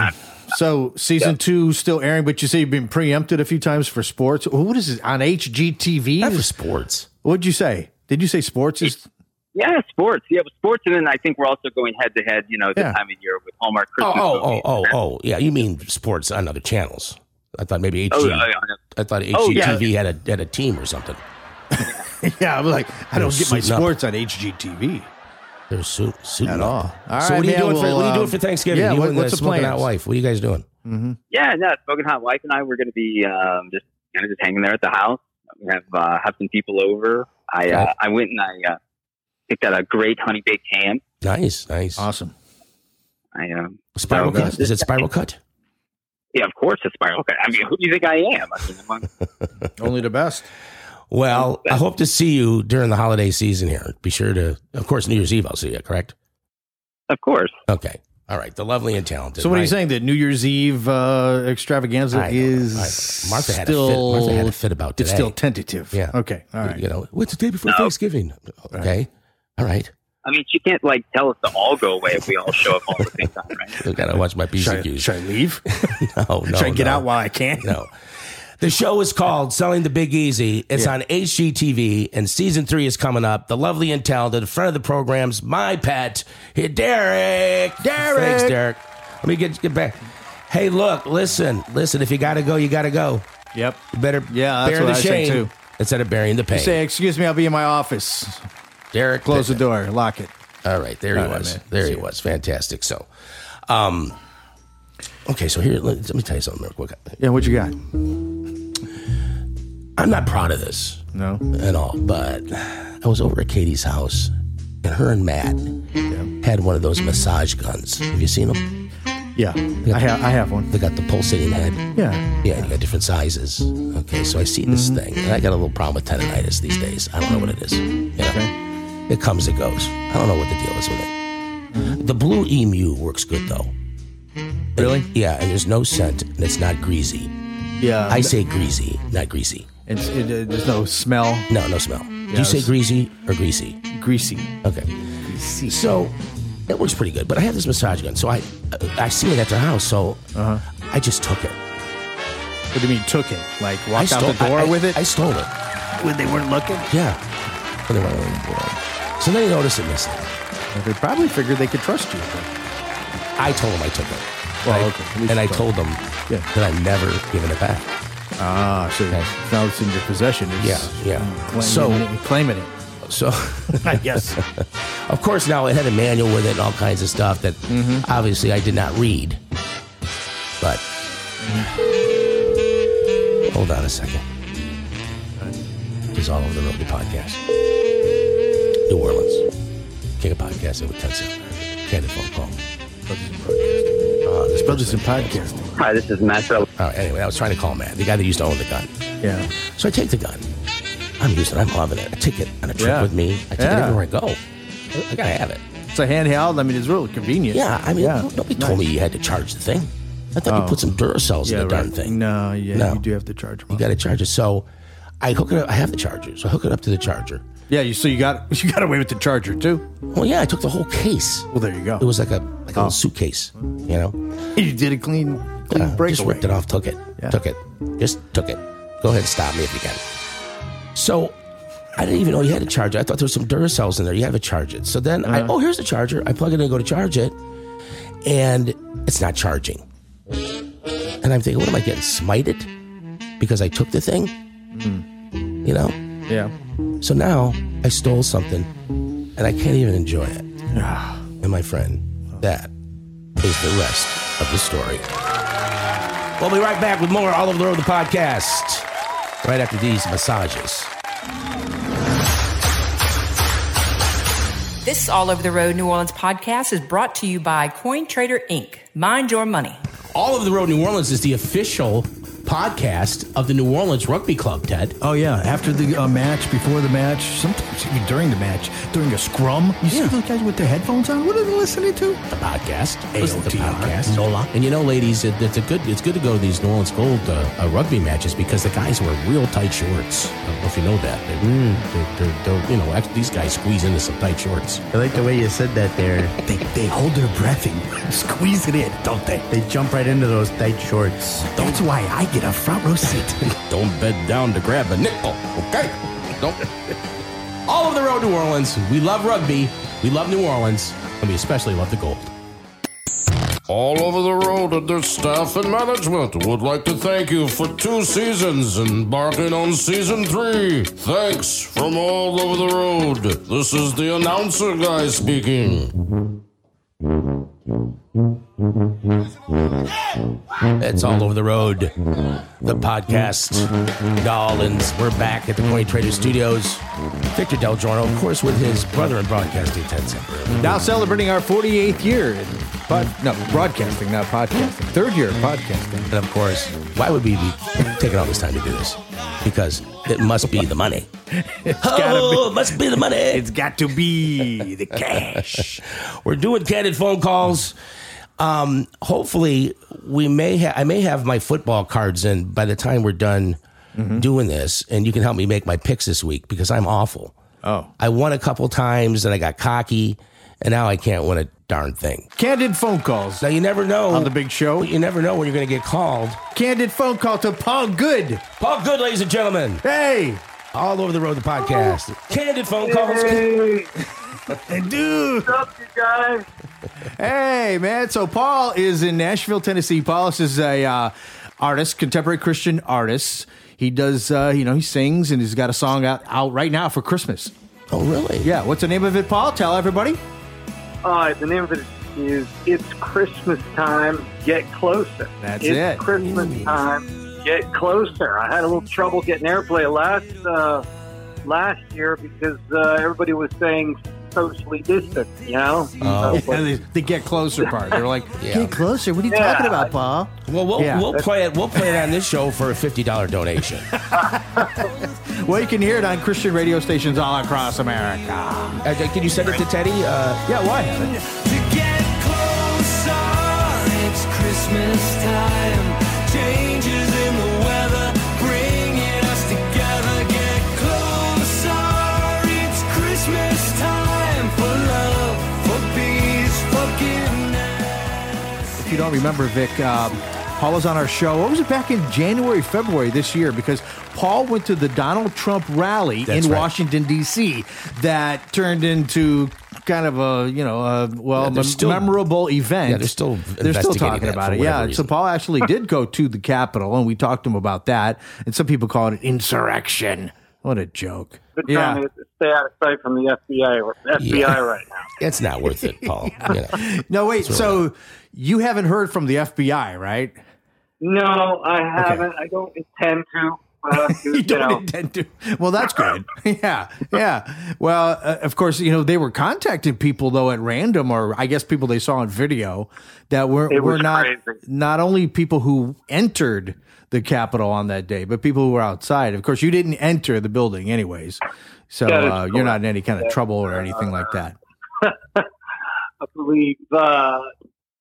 Speaker 10: So season two still airing, but you say you've been preempted a few times for sports. What is it on HGTV? Not for
Speaker 6: sports.
Speaker 10: What'd you say? Did you say sports is?
Speaker 12: Yeah. Sports. Yeah. but Sports. And then I think we're also going head to head, you know, this
Speaker 6: Yeah.
Speaker 12: time of year with Hallmark
Speaker 6: Oh,
Speaker 12: Christmas.
Speaker 6: oh,
Speaker 12: movies.
Speaker 6: oh, oh, oh. Yeah, you mean sports on other channels? I thought maybe HG.
Speaker 12: Oh, yeah, yeah,
Speaker 6: I thought HGTV
Speaker 12: Oh, yeah.
Speaker 6: had a had a team or something.
Speaker 10: yeah, I'm like I don't get my
Speaker 6: Suiting up.
Speaker 10: sports on HGTV.
Speaker 6: They're suit, suiting
Speaker 10: at
Speaker 6: up.
Speaker 10: all. all right,
Speaker 6: so what are you
Speaker 10: man,
Speaker 6: doing for
Speaker 10: well,
Speaker 6: What are you doing
Speaker 10: um,
Speaker 6: for Thanksgiving?
Speaker 10: Yeah,
Speaker 6: you
Speaker 10: what-
Speaker 6: and
Speaker 10: what's
Speaker 6: the
Speaker 10: the Mm-hmm. plan?
Speaker 6: smoking hot wife? Mm-hmm. What are you guys doing?
Speaker 12: Yeah, no, smoking hot wife and I we're going to be um, just kind of just hanging there at the house. We have uh, have some people over. I uh,
Speaker 6: Okay.
Speaker 12: I went and I uh, picked out a great honey baked ham.
Speaker 6: Nice, nice,
Speaker 10: awesome.
Speaker 12: I um,
Speaker 6: Spiral
Speaker 12: so, uh,
Speaker 6: cut? Is it spiral cut?
Speaker 12: Yeah, of course it's spiral cut. I mean, who do you think I am? I mean, I'm-
Speaker 10: Only the best.
Speaker 6: Well, I hope to see you during the holiday season here. Be sure to, of course, New Year's Eve. I'll see you. Correct?
Speaker 12: Of course.
Speaker 6: Okay. All right. The lovely and talented.
Speaker 10: So what are you
Speaker 6: Right.
Speaker 10: saying? That New Year's Eve uh, extravaganza
Speaker 6: I don't know.
Speaker 10: is
Speaker 6: I- Martha had a fit-
Speaker 10: still
Speaker 6: Martha had a fit about
Speaker 10: It's
Speaker 6: today.
Speaker 10: still tentative.
Speaker 6: Yeah.
Speaker 10: Okay. All
Speaker 6: You-
Speaker 10: right.
Speaker 6: You know, what's the day before
Speaker 12: No.
Speaker 6: Thanksgiving? Okay. All right.
Speaker 12: I mean, she can't like tell us to all go away if we all show up all at the same time, right?
Speaker 6: I gotta watch my P's and Q's.
Speaker 10: Should I leave?
Speaker 6: no, no.
Speaker 10: Should I get
Speaker 6: no.
Speaker 10: out while I can?
Speaker 6: No. The show is called Selling the Big Easy. It's on HGTV, and season three is coming up. The lovely and talented friend of the program's my pet, hey, Derek. Derek. Thanks, Derek. Let me get get back. Hey, look, listen, listen. If you gotta go, you gotta go.
Speaker 10: Yep.
Speaker 6: You better
Speaker 10: Yeah, that's
Speaker 6: bear
Speaker 10: what
Speaker 6: the
Speaker 10: I
Speaker 6: shame
Speaker 10: think too.
Speaker 6: instead of burying the
Speaker 10: You
Speaker 6: pain.
Speaker 10: say, excuse me, I'll be in my office.
Speaker 6: Derek,
Speaker 10: Close the door, lock it.
Speaker 6: All right, there
Speaker 10: All
Speaker 6: he
Speaker 10: right,
Speaker 6: was.
Speaker 10: man.
Speaker 6: There he was. Fantastic. So, um, okay, so here, let, let me tell you something real quick.
Speaker 10: Yeah, what you got?
Speaker 6: I'm not proud of this.
Speaker 10: No.
Speaker 6: At all, but I was over at Katie's house, and her and Matt had one of those massage guns. Have you seen them?
Speaker 10: Yeah, I, ha- I have one.
Speaker 6: They got the pulsating head.
Speaker 10: Yeah.
Speaker 6: Yeah, you got different sizes. Okay, so I see this thing, and I got a little problem with tendonitis these days. I don't know what it is. Yeah. It comes, it goes. I don't know what the deal is with it. The blue emu works good though. Really? yeah, and there's no scent, and it's not greasy.
Speaker 10: Yeah.
Speaker 6: I say greasy, not greasy.
Speaker 10: It's, it, uh, there's no smell.
Speaker 6: No, no smell. Do you say
Speaker 10: it's-
Speaker 6: greasy or greasy?
Speaker 10: Greasy.
Speaker 6: Okay. So it works pretty good, but I have this massage gun, so I I seen it at their house, so
Speaker 10: Uh-huh.
Speaker 6: I just took it.
Speaker 10: What do you mean took it? Like
Speaker 6: I
Speaker 10: walked out the door
Speaker 6: I- I-
Speaker 10: with it?
Speaker 6: I stole it.
Speaker 10: when they weren't looking?
Speaker 6: Yeah. When they weren't looking. So they noticed it missing.
Speaker 10: They probably figured they could trust you.
Speaker 6: I told them I took it. And I-
Speaker 10: okay. At least
Speaker 6: and I
Speaker 10: it's
Speaker 6: told them that I've never given it back.
Speaker 10: Ah, so now it's in your possession. It's
Speaker 6: Yeah, yeah. So-
Speaker 10: claiming it- claiming it.
Speaker 6: So,
Speaker 10: yes.
Speaker 6: of course, now it had a manual with it and all kinds of stuff that
Speaker 10: Mm-hmm.
Speaker 6: obviously I did not read. But hold on a second. It is all over the road to podcast. New Orleans. King of Podcasting with Ted Sandler. Candid phone call. Uh, this Brothers in Podcasting.
Speaker 12: Hi, this is Matt. All
Speaker 6: right, anyway, I was trying to call Matt, the guy that used to own the gun.
Speaker 10: Yeah.
Speaker 6: So I take the gun. I'm using it. I'm loving it. I take it on a trip
Speaker 10: Yeah.
Speaker 6: with me. I take it
Speaker 10: Yeah.
Speaker 6: everywhere I go. I gotta have it.
Speaker 10: It's a handheld. I mean, it's really convenient.
Speaker 6: Yeah, I mean, no- nobody told me you had to charge the thing. I thought
Speaker 10: Oh.
Speaker 6: you put some Duracells
Speaker 10: Yeah,
Speaker 6: in the darn
Speaker 10: right.
Speaker 6: thing.
Speaker 10: No, yeah,
Speaker 6: No.
Speaker 10: you do have to charge them.
Speaker 6: You got to charge it. So I hook it up. I have the charger, so I hook it up to the charger.
Speaker 10: Yeah, you, so you got you got away with the charger too.
Speaker 6: Well, yeah, I took the whole case.
Speaker 10: Well, oh. there you go.
Speaker 6: It was like a like a little suitcase, you know.
Speaker 10: You did a clean clean
Speaker 6: Yeah,
Speaker 10: breakaway.
Speaker 6: Uh, Just ripped it off, took it, took it, just took it. Go ahead, and stop me if you can. So I didn't even know you had a charger. I thought there was some Duracells in there. You have to charge it. So then
Speaker 10: Uh-huh.
Speaker 6: I, oh, here's the charger. I plug it in, go to charge it, and it's not charging. And I'm thinking, what am I getting smited because I took the thing? You know.
Speaker 10: Hmm. Yeah.
Speaker 6: So now I stole something, and I can't even enjoy it. and my friend, that is the rest of the story. We'll be right back with more All Over the Road, the podcast, right after these massages.
Speaker 7: This All Over the Road New Orleans podcast is brought to you by CoinTrader Inc. Mind your money.
Speaker 6: All Over the Road New Orleans is the official podcast of the New Orleans Rugby Club, Ted.
Speaker 5: Oh yeah, after the uh, match, before the match, sometimes even during the match, during a scrum. You see those guys with their headphones on? What are they listening to?
Speaker 6: The podcast. Listen to the podcast. Nola. And you know, ladies, it, it's, a good, it's good to go to these New Orleans Gold uh, uh, rugby matches because the guys wear real tight shorts. I don't know if you know that. They, they're, they're, they're, you know, actually, these guys squeeze into some tight shorts.
Speaker 14: I like the way you said that there.
Speaker 5: They, they hold their breath and squeeze it in, don't they?
Speaker 14: They jump right into those tight shorts.
Speaker 5: That's why I get a front row seat.
Speaker 6: Don't bend down to grab a nickel, okay? Don't. All over the road, New Orleans. We love rugby. We love New Orleans, and we especially love the gold.
Speaker 15: All over the road at their staff and management would like to thank you for two seasons and embarking on season three. Thanks from all over the road. This is the announcer guy speaking.
Speaker 6: It's all over the road. The podcast, Dollins. We're back at the Point Trader Studios. Victor Del Giorno, of course, with his brother in broadcasting, Ted Semper.
Speaker 10: Now celebrating our 48th year in pod, no broadcasting, not podcasting. Third year of podcasting.
Speaker 6: And of course, why would we be taking all this time to do this? Because it must be the money. oh, it must be the money. It's
Speaker 5: got to be the cash.
Speaker 6: We're doing candid phone calls. Um, hopefully, we may ha- I may have my football cards in by the time we're done
Speaker 10: Mm-hmm.
Speaker 6: doing this, and you can help me make my picks this week because I'm awful.
Speaker 10: Oh,
Speaker 6: I won a couple times, and I got cocky, and now I can't win a darn thing.
Speaker 10: Candid phone calls.
Speaker 6: Now you never know
Speaker 10: on the big show.
Speaker 6: You never know when you're going to get called.
Speaker 10: Candid phone call to Paul Good.
Speaker 6: Paul Good, ladies and gentlemen.
Speaker 10: Hey,
Speaker 6: all over the road, the podcast, candid phone calls.
Speaker 10: dude. What's
Speaker 16: up, you guys?
Speaker 10: Hey, man. So Paul is in Nashville, Tennessee. Paul is a uh, artist, contemporary Christian artist. He does, uh, you know, he sings and he's got a song out, out right now for Christmas.
Speaker 6: Oh, really?
Speaker 10: Yeah. What's the name of it, Paul? Tell everybody.
Speaker 16: Uh, the name of it is It's Christmas Time, Get Closer.
Speaker 10: That's
Speaker 16: it's
Speaker 10: it. Mm.
Speaker 16: Christmas Time, Get Closer. I had a little trouble getting airplay last uh, last year because uh, everybody was saying socially distant, you know?
Speaker 10: Oh.
Speaker 16: So, but-
Speaker 10: they, they get closer part. They're like,
Speaker 6: Yeah.
Speaker 10: get closer. What are you
Speaker 16: Yeah.
Speaker 10: talking about, Paul?
Speaker 6: Well, we'll,
Speaker 10: Yeah.
Speaker 6: we'll play it. We'll play it on this show for a fifty dollar donation.
Speaker 10: Well, you can hear it on Christian radio stations all across America.
Speaker 6: Uh, can you send it to Teddy? Uh,
Speaker 10: yeah, why?
Speaker 9: To get closer, it's Christmas time. Changes in the weather, bringing us together. Get closer, it's Christmas time for love, for peace, forgiveness.
Speaker 10: If you don't remember, Vic, um, Paul was on our show. What was it back in January, February this year? Because Paul went to the Donald Trump rally
Speaker 6: That's
Speaker 10: in
Speaker 6: right.
Speaker 10: Washington, D.C., that turned into kind of a you know a, well
Speaker 6: Yeah, they're
Speaker 10: mem-
Speaker 6: still-
Speaker 10: memorable event.
Speaker 6: Yeah, they're still
Speaker 10: they're still
Speaker 6: investigating
Speaker 10: talking
Speaker 6: that
Speaker 10: about
Speaker 6: for
Speaker 10: it.
Speaker 6: whatever
Speaker 10: Yeah,
Speaker 6: reason.
Speaker 10: so Paul actually did go to the Capitol, and we talked to him about that. And some people call it an insurrection. What a joke!
Speaker 16: They're
Speaker 10: Yeah.
Speaker 16: trying to stay out of sight from the FBI. or- FBI
Speaker 10: Yeah.
Speaker 16: right now.
Speaker 6: It's not worth it, Paul.
Speaker 10: No, wait.
Speaker 16: That's
Speaker 10: So you haven't heard from the FBI, right?
Speaker 16: No, I haven't. I don't intend to. Uh, you
Speaker 10: don't
Speaker 16: know.
Speaker 10: intend to. Well, that's good. yeah, yeah. Well, uh, of course, you know they were contacting people though at random, or I guess people they saw on video that were
Speaker 16: It
Speaker 10: were
Speaker 16: was
Speaker 10: not
Speaker 16: crazy.
Speaker 10: not only people who entered the Capitol on that day, but people who were outside. Of course, you didn't enter the building, anyways, so
Speaker 16: That is
Speaker 10: uh, you're not in any kind of trouble or anything like that.
Speaker 16: I believe uh,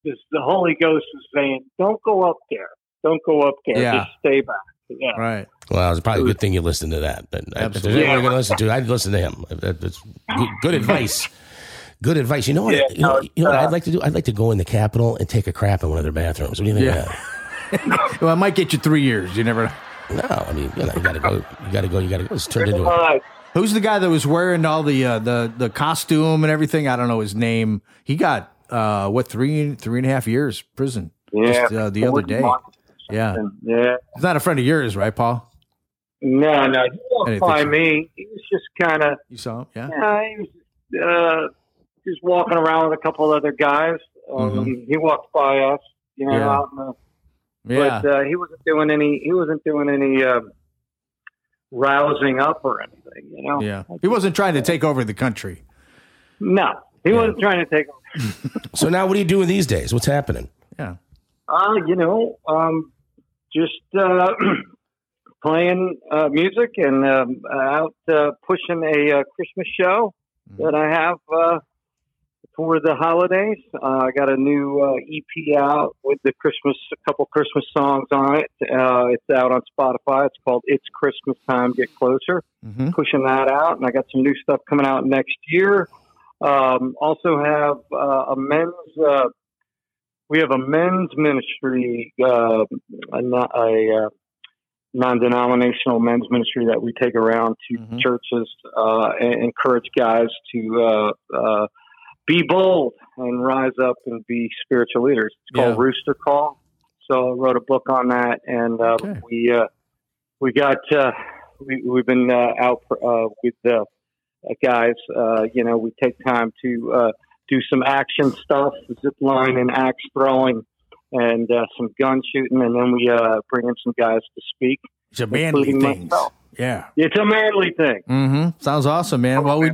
Speaker 16: this, the Holy Ghost was saying, "Don't go up there. Don't go up there.
Speaker 6: Yeah.
Speaker 16: Just stay back." Yeah.
Speaker 10: Right.
Speaker 6: Well, it's probably a good thing you listened to that. But I- if there's
Speaker 16: Absolutely.
Speaker 6: anyone going to listen to, I'd listen to him. That- That's good, good advice. Good advice. You know what? you know, you know what
Speaker 10: uh,
Speaker 6: I'd like to do? I'd like to go in the Capitol and take a crap in one of their bathrooms. What do you think?
Speaker 10: Yeah.
Speaker 6: Of that?
Speaker 10: well, it might get you three years. You never.
Speaker 6: No, I mean you, know, you gotta go. You gotta go. You gotta go. It's turned into
Speaker 10: Uh,
Speaker 6: a
Speaker 10: Who's the guy that was wearing all the uh, the the costume and everything? I don't know his name. He got uh, what three three and a half years prison just uh, the other day. Yeah,
Speaker 16: yeah.
Speaker 10: He's not a friend of yours, right, Paul?
Speaker 16: No, no, he
Speaker 10: I didn't
Speaker 16: walked
Speaker 10: think
Speaker 16: by
Speaker 10: so.
Speaker 16: me. He was just kind of.
Speaker 10: You saw him, yeah.
Speaker 16: he was uh, just walking around with a couple other guys. Um,
Speaker 10: Mhm.
Speaker 16: He walked by us, you know,
Speaker 10: Yeah.
Speaker 16: out in the
Speaker 10: Yeah,
Speaker 16: But uh, he wasn't doing any. He wasn't doing any uh, rousing up or anything. You know.
Speaker 10: yeah. He wasn't
Speaker 16: uh,
Speaker 10: trying to take over the country.
Speaker 16: No, he wasn't trying to take.
Speaker 6: So now, what are you doing these days? What's happening?
Speaker 16: Uh, you know, um, just uh, playing uh, music and um, out uh, pushing a uh, Christmas show that I have uh, for the holidays. Uh, I got a new uh, EP out with the Christmas, a couple Christmas songs on it. Uh, it's out on Spotify. It's called "It's Christmas Time, Get Closer." Pushing that out, and I got some new stuff coming out next year. Um, also have uh, a men's. Uh, we have a men's ministry, uh, a, non- a uh, non-denominational men's ministry that we take around to
Speaker 10: Mm-hmm.
Speaker 16: churches uh, and encourage guys to uh, uh, be bold and rise up and be spiritual leaders. It's called
Speaker 17: Yeah.
Speaker 16: Rooster Call. So I wrote a book on that, and uh, we uh, we got uh, we, we've been uh, out for, uh, with the uh, guys. Uh, you know, we take time to uh, do some action stuff, zip line and axe throwing, and uh, some gun shooting, and then we uh, bring in some guys to speak.
Speaker 10: It's a manly
Speaker 16: including
Speaker 10: thing.
Speaker 16: myself.
Speaker 10: Yeah.
Speaker 16: It's a manly thing.
Speaker 10: Mm-hmm. Sounds awesome, man. Well, we.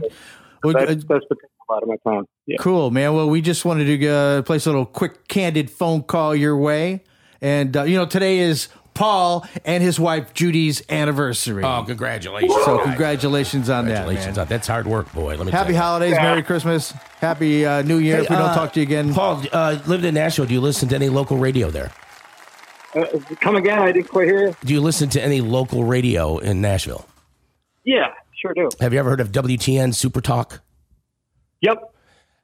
Speaker 10: we- uh,
Speaker 16: That's, that's the thing about it, my time. Yeah.
Speaker 10: Cool, man. Well, we just wanted to uh, place a little quick, candid phone call your way, and uh, you know today is Paul and his wife Judy's anniversary.
Speaker 6: Oh, congratulations!
Speaker 10: So
Speaker 6: guys.
Speaker 10: congratulations on
Speaker 6: Congratulations on- that's hard work, boy. Let me
Speaker 10: Happy
Speaker 6: tell you.
Speaker 10: holidays, Merry Christmas, Happy uh, New Year.
Speaker 6: Hey,
Speaker 10: if we don't
Speaker 6: uh,
Speaker 10: talk to you again,
Speaker 6: Paul, uh, lived in Nashville. Do you listen to any local radio there?
Speaker 16: Uh, come again? I didn't quite hear you.
Speaker 6: Do you listen to any local radio in Nashville?
Speaker 16: Yeah, sure do.
Speaker 6: Have you ever heard of WTN Super Talk?
Speaker 16: Yep.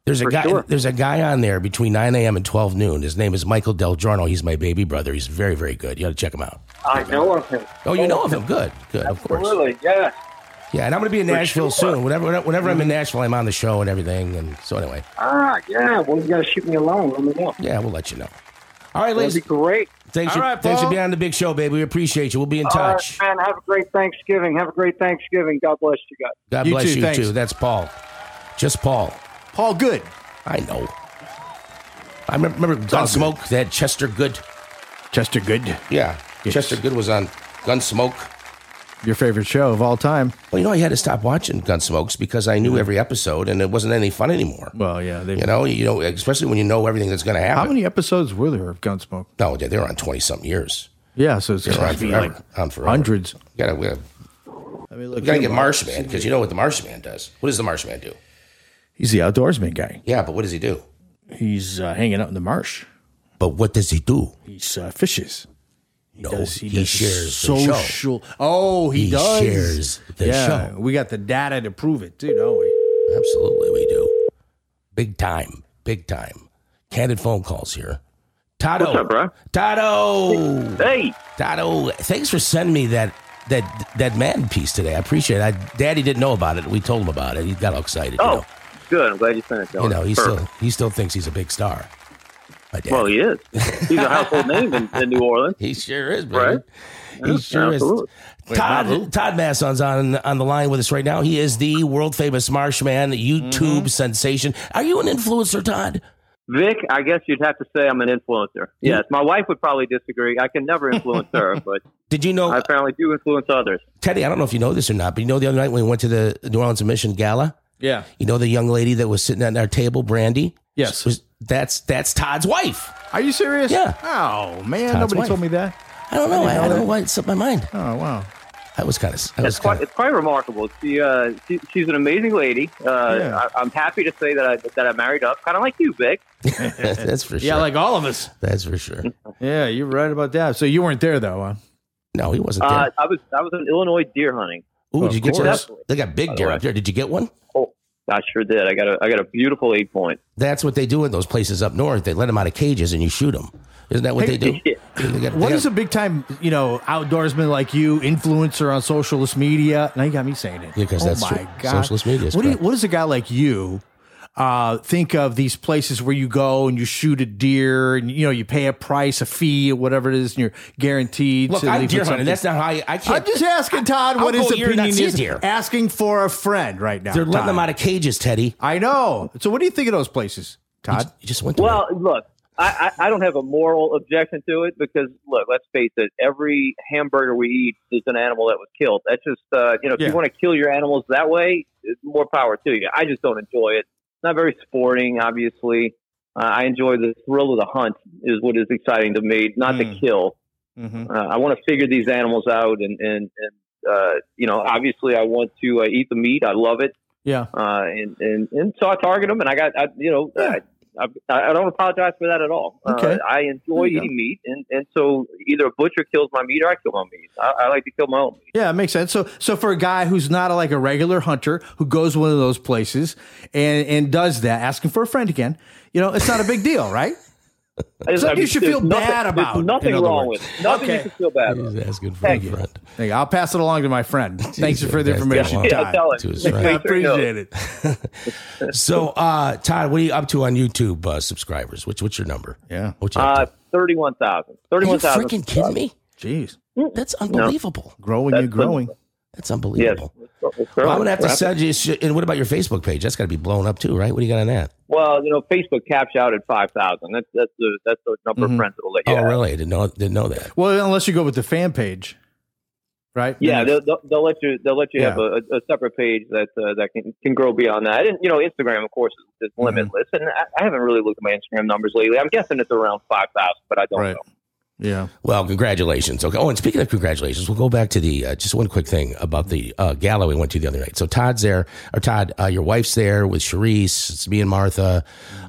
Speaker 6: There's a
Speaker 16: For
Speaker 6: guy.
Speaker 16: sure.
Speaker 6: There's a guy on there between 9 a.m. and 12 noon. His name is Michael Del Giorno. He's my baby brother. He's very, very good. You got to check him out.
Speaker 16: I know of him.
Speaker 6: Oh, you know of him? Good, good. Of course.
Speaker 16: Absolutely, yeah.
Speaker 6: Yeah, and I'm going to be in
Speaker 16: For
Speaker 6: Nashville
Speaker 16: sure.
Speaker 6: soon. Whenever, whenever I'm in Nashville, I'm on the show and everything. And so anyway,
Speaker 16: Ah, yeah. Well, you got to shoot me a line. Let me know.
Speaker 6: yeah, we'll let you know. All right,
Speaker 16: That'd
Speaker 6: ladies.
Speaker 16: be great.
Speaker 6: Thanks,
Speaker 16: All
Speaker 6: for,
Speaker 16: right,
Speaker 6: thanks for
Speaker 16: Paul.
Speaker 6: being on the big show, baby. We appreciate you. We'll be in
Speaker 16: All right,
Speaker 6: touch.
Speaker 16: man, have a great Thanksgiving. Have a great Thanksgiving. God bless you guys.
Speaker 6: God
Speaker 16: You
Speaker 6: bless
Speaker 16: too,
Speaker 6: you
Speaker 16: thanks.
Speaker 6: too. That's Paul. Just Paul.
Speaker 10: Paul Good.
Speaker 6: I know. I remember, remember Gunsmoke. They had Chester Good.
Speaker 10: Chester Good.
Speaker 6: Yeah, Chester Good was on Gunsmoke.
Speaker 10: your favorite show of all time.
Speaker 6: Well, you know, I had to stop watching Gunsmokes because I knew every episode, and it wasn't any fun anymore.
Speaker 10: Well, yeah, they,
Speaker 6: you know, you know, especially when you know everything that's going to happen.
Speaker 10: How many episodes were there of Gunsmoke?
Speaker 6: No, they they were on twenty something years.
Speaker 10: Yeah, so it's
Speaker 6: They're
Speaker 10: gotta
Speaker 6: on
Speaker 10: be
Speaker 6: forever.
Speaker 10: like
Speaker 6: on forever.
Speaker 10: hundreds.
Speaker 6: You gotta, we gotta,
Speaker 10: I mean,
Speaker 6: we gotta
Speaker 10: here,
Speaker 6: get
Speaker 10: Mark,
Speaker 6: Marshman because you know what the Marshman does. What does the Marshman do?
Speaker 10: He's the outdoorsman guy.
Speaker 6: Yeah, but what does he do?
Speaker 10: He's uh, hanging out in the marsh.
Speaker 6: But what does he do?
Speaker 10: He's uh, fishes.
Speaker 6: No,
Speaker 10: does- he
Speaker 6: he,
Speaker 10: does
Speaker 6: shares the show.
Speaker 10: social. Oh, he,
Speaker 6: He
Speaker 10: does.
Speaker 6: shares the
Speaker 10: yeah,
Speaker 6: show.
Speaker 10: We got the data to prove it too, don't we?
Speaker 6: Absolutely, we do. Big time, big time. Candid phone calls here. Tato,
Speaker 17: What's up, bro?
Speaker 6: Tato, hey, Tato. Thanks for sending me that that that man piece today. I appreciate it. I, Daddy didn't know about it. We told him about it. He got all excited. you know.
Speaker 17: Oh, good. I'm glad you sent it to
Speaker 6: You
Speaker 17: him.
Speaker 6: know, he
Speaker 17: Perfect.
Speaker 6: still he still thinks he's a big star.
Speaker 17: Well, he is. He's a household name in, in New Orleans.
Speaker 6: He sure is,
Speaker 17: right?
Speaker 6: He sure is. Todd, Todd Masson's on on the line with us right now. He is the world famous Marshman YouTube sensation. Are you an influencer, Todd?
Speaker 17: Vic, I guess you'd have to say I'm an influencer. Yes, my wife would probably disagree. I can never influence her, but
Speaker 6: did you know
Speaker 17: I apparently do influence others?
Speaker 6: Teddy, I don't know if you know this or not, but you know the other night when we went to the New Orleans Mission Gala,
Speaker 10: Yeah.
Speaker 6: you know the young lady that was sitting at our table, Brandy. Yes, was, that's that's Todd's wife.
Speaker 10: Are you serious?
Speaker 6: Yeah.
Speaker 10: Oh man,
Speaker 6: Todd's
Speaker 10: nobody
Speaker 6: wife.
Speaker 10: told me that.
Speaker 6: I don't know. I,
Speaker 10: didn't
Speaker 6: I don't know
Speaker 10: that.
Speaker 6: why it slipped my mind.
Speaker 10: Oh wow,
Speaker 6: that was kind of.
Speaker 17: It's quite, it's quite remarkable. She, uh, she, she's an amazing lady. Uh,
Speaker 6: Yeah.
Speaker 17: I, I'm happy to say that I that I married up, kind of like you, Vic.
Speaker 6: That's for sure.
Speaker 10: Yeah, like all of us.
Speaker 6: That's for sure.
Speaker 10: Yeah, you're right about that. So you weren't there though, huh?
Speaker 6: No, he wasn't
Speaker 17: Uh, I was I was in Illinois deer hunting.
Speaker 6: Ooh,
Speaker 17: Of
Speaker 6: did you get
Speaker 17: course.
Speaker 6: to? They got big deer up there. Did you get one?
Speaker 17: Oh, I sure did. I got a I got a beautiful eight point.
Speaker 6: That's what they do in those places up north. They let them out of cages and you shoot them. Isn't that what
Speaker 10: Hey,
Speaker 6: they do?
Speaker 10: yeah.
Speaker 6: They got-
Speaker 10: What
Speaker 6: they
Speaker 10: is a
Speaker 6: got-
Speaker 10: big time, you know, outdoorsman like you, influencer on socialist media? Now you got me saying it. Oh
Speaker 6: Yeah, 'cause that's
Speaker 10: my
Speaker 6: true. Socialist media is
Speaker 10: What, do you,
Speaker 6: correct.
Speaker 10: what does a guy like you uh, think of these places where you go and you shoot a deer and you know you pay a price, a fee, or whatever it is, and you're guaranteed
Speaker 6: Look,
Speaker 10: to
Speaker 6: I'm
Speaker 10: leave
Speaker 6: deer
Speaker 10: with something?
Speaker 6: hunting. That's not how I, I can't.
Speaker 10: I'm just asking Todd
Speaker 6: I'll
Speaker 10: what his
Speaker 6: go here and
Speaker 10: opinion
Speaker 6: not see a
Speaker 10: is.
Speaker 6: deer.
Speaker 10: Asking for a friend right now.
Speaker 6: They're letting
Speaker 10: Todd.
Speaker 6: them out of cages, Teddy.
Speaker 10: I know. So what do you think of those places, Todd? You,
Speaker 6: just went.
Speaker 17: Well, look, I, I, I don't have a moral objection to it because look, let's face it, every hamburger we eat is an animal that was killed. That's just uh, you know, if
Speaker 18: Yeah.
Speaker 17: you want to kill your animals that way, it's more power to you. I just don't enjoy it. It's not very sporting, obviously. Uh, I enjoy the thrill of the hunt is what is exciting to me, not the kill.
Speaker 6: Mm-hmm.
Speaker 17: Uh, I want to figure these animals out, and and and uh, you know, obviously, I want to uh, eat the meat. I love it
Speaker 10: Yeah.
Speaker 17: uh, and, and and so I target them, and I got I, you know I, I I don't apologize for that at all.
Speaker 10: Okay.
Speaker 17: Uh, I enjoy
Speaker 10: There you go.
Speaker 17: eating meat, and, and so either a butcher kills my meat or I kill my meat. I, I like to kill my own meat.
Speaker 10: Yeah, it makes sense. So, so for a guy who's not a, like a regular hunter who goes to one of those places and and does that, asking for a friend again, you know, it's not a big deal, right?
Speaker 17: There's-
Speaker 10: Something
Speaker 17: I mean,
Speaker 10: you should
Speaker 17: there's
Speaker 10: feel
Speaker 17: nothing-
Speaker 10: bad about.
Speaker 17: There's
Speaker 10: in
Speaker 17: nothing
Speaker 10: other
Speaker 17: wrong
Speaker 10: words.
Speaker 17: with it. Nothing you
Speaker 10: Okay.
Speaker 17: can feel bad about.
Speaker 6: He's asking for
Speaker 17: Thank
Speaker 6: a
Speaker 17: you.
Speaker 6: friend.
Speaker 10: There you go. I'll pass it along to my friend. Thanks for the
Speaker 6: That's
Speaker 10: information,
Speaker 6: the one.
Speaker 10: Todd.
Speaker 6: To his
Speaker 10: I
Speaker 6: friend.
Speaker 10: appreciate it.
Speaker 6: So, uh, Todd, what are you up to on YouTube uh, subscribers? What's what's your number?
Speaker 10: Yeah.
Speaker 6: What you up
Speaker 17: Uh, thirty-one thousand. Thirty-one thousand.
Speaker 6: freaking kidding me?
Speaker 10: Jeez.
Speaker 6: That's unbelievable.
Speaker 10: Growing
Speaker 17: That's
Speaker 10: and growing.
Speaker 6: That's unbelievable. Well, I'm gonna have to send you. sh- And what about your Facebook page? That's got to be blown up too, right? What do you got on that?
Speaker 17: Well, you know, Facebook caps out at five thousand. That's that's the that's the number
Speaker 10: Mm-hmm.
Speaker 6: Mhm.
Speaker 17: of friends that will let you.
Speaker 6: Oh,
Speaker 17: have.
Speaker 6: really? I didn't know. Didn't know that.
Speaker 10: Well, unless you go with the fan page, right?
Speaker 17: Yeah,
Speaker 10: Then
Speaker 17: they'll, they'll, they'll let you they'll let you have a, a separate page that uh, that can, can grow beyond that. And you know, Instagram of course is, is
Speaker 10: Mm-hmm.
Speaker 17: limitless. And I, I haven't really looked at my Instagram numbers lately. I'm guessing it's around five thousand, but I don't know.
Speaker 10: Yeah.
Speaker 6: Well, congratulations. Okay. Oh, and speaking of congratulations, we'll go back to the uh, just one quick thing about the uh, gala we went to the other night. So Todd's there, or Todd, uh, your wife's there with Charisse. It's me and Martha,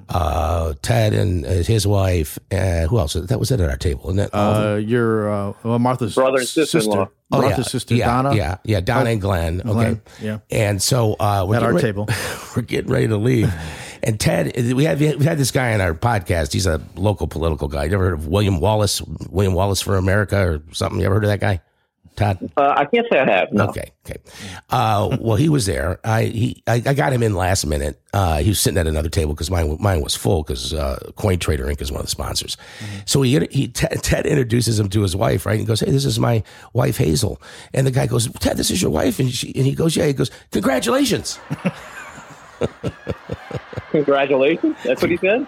Speaker 6: uh, Ted and uh, his wife. Uh, who else? That was it at our table, and that all of them?
Speaker 10: Uh, your uh, well, Martha's
Speaker 17: Brother and sister-in-law.
Speaker 10: sister. Martha's sister
Speaker 6: Oh, yeah,
Speaker 10: Donna. Oh,
Speaker 6: Yeah, yeah, Donna and Glenn. Okay.
Speaker 10: Glenn, yeah.
Speaker 6: And so uh, we're
Speaker 10: At our
Speaker 6: getting re-
Speaker 10: table.
Speaker 6: we're getting ready to leave. And Ted, we had we had this guy on our podcast. He's a local political guy. You ever heard of William Wallace? William Wallace for America or something? You ever heard of that guy? Todd.
Speaker 17: Uh, I can't say I have. No.
Speaker 6: Okay. Okay. Uh, well, he was there. I he I, I got him in last minute. Uh, he was sitting at another table because mine mine was full because uh, Coin Trader Inc is one of the sponsors.
Speaker 17: Mm-hmm.
Speaker 6: So he he Ted, Ted introduces him to his wife, right? He goes, "Hey, this is my wife Hazel," and the guy goes, "Ted, this is your wife," and she and he goes, "Yeah." He goes, "Congratulations."
Speaker 17: Congratulations. That's what he said.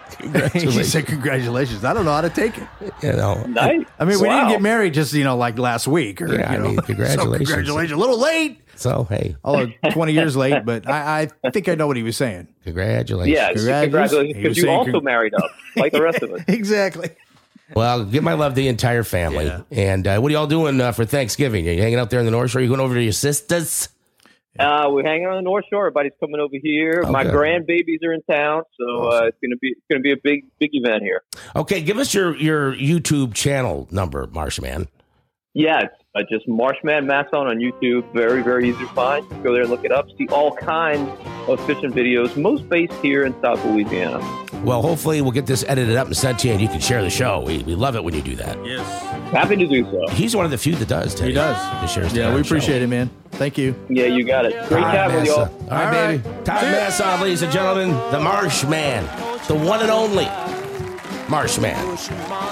Speaker 10: she said, "Congratulations." I don't know how to take it.
Speaker 6: You know,
Speaker 17: Nice.
Speaker 10: I mean, we
Speaker 17: Wow.
Speaker 10: didn't get married just you know like last week. Or,
Speaker 6: Yeah, I
Speaker 10: you know.
Speaker 6: mean,
Speaker 10: So,
Speaker 6: congratulations.
Speaker 10: congratulations. A little late.
Speaker 6: So hey,
Speaker 10: Oh, 20 years late, but I, I think I know what he was saying.
Speaker 6: congratulations.
Speaker 17: Yeah, congratulations. Because you also married up, like the rest of us.
Speaker 10: exactly.
Speaker 6: Well, give my love to the entire family. And uh, what are y'all doing uh, for Thanksgiving? Are you hanging out there in the North Shore? Are you going over to your sisters?
Speaker 17: Uh, we're hanging on the North Shore. Everybody's coming over here. My
Speaker 6: Okay.
Speaker 17: grandbabies are in town, so uh, it's gonna be it's gonna be a big big event here.
Speaker 6: Okay, give us your your YouTube channel number, Marshman.
Speaker 17: Yeah, it's uh, just Marshman Masson on YouTube. Very, very easy to find. Just go there, look it up, see all kinds of fishing videos, most based here in South Louisiana.
Speaker 6: Well, hopefully we'll get this edited up and sent to you, and you can share the show. We, we love it when you do that.
Speaker 10: Yes.
Speaker 17: Happy to do so.
Speaker 6: He's one of the few that does. Teddy. He does. shares
Speaker 10: Yeah, we appreciate it, man. Thank you.
Speaker 12: Yeah, you got it.
Speaker 10: Great chat with y'all.
Speaker 6: All right, baby. Todd Masson, ladies and gentlemen, the Marsh Man, the one and only Marsh Man.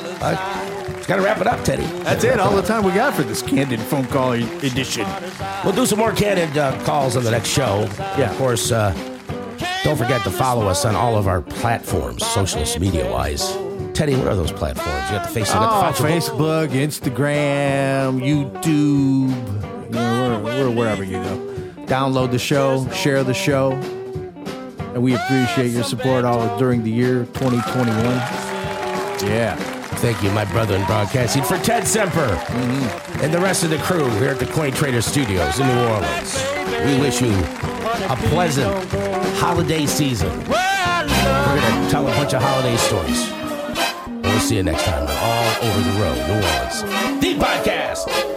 Speaker 6: Uh, gotta wrap it up, Teddy.
Speaker 10: That's it. All the time we got for this candid phone call edition.
Speaker 6: We'll do some more candid uh, calls on the next show. Yeah. Of course, uh, don't forget to follow us on all of our platforms, social media wise. Teddy, what are those platforms? You got the Facebook, you
Speaker 10: Oh,
Speaker 6: got the Facebook.
Speaker 10: Facebook, Instagram, YouTube. You know, we're, we're wherever you go. Download the show, share the show. And we appreciate your support all during the year 2021. Yeah.
Speaker 6: Thank you, my brother in broadcasting, for Ted Semper
Speaker 10: Mm-hmm.
Speaker 6: and the rest of the crew here at the Coin Trader Studios in New Orleans. We wish you a pleasant holiday season. We're going to tell a bunch of holiday stories. And we'll see you next time on All Over the Road, New Orleans. The podcast.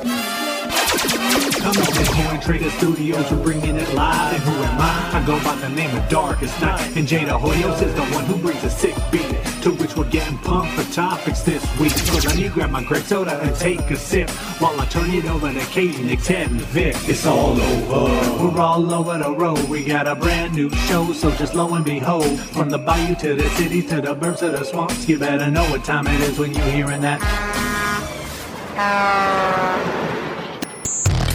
Speaker 8: Come on, the Coin Trader Studios, we're bringing it live. And who am I? I go by the name of Darkest Night. And Jada Hoyos is the one who brings a sick beat. To which we're getting pumped for topics this week. So let me grab my grape soda and take a sip. While I turn it over to Katie, Nick, Ted, and Vic. It's all over. We're all over the road. We got a brand new show, so just lo and behold. From the bayou to the city to the burbs to the swamps, you better know what time it is when you're hearing that.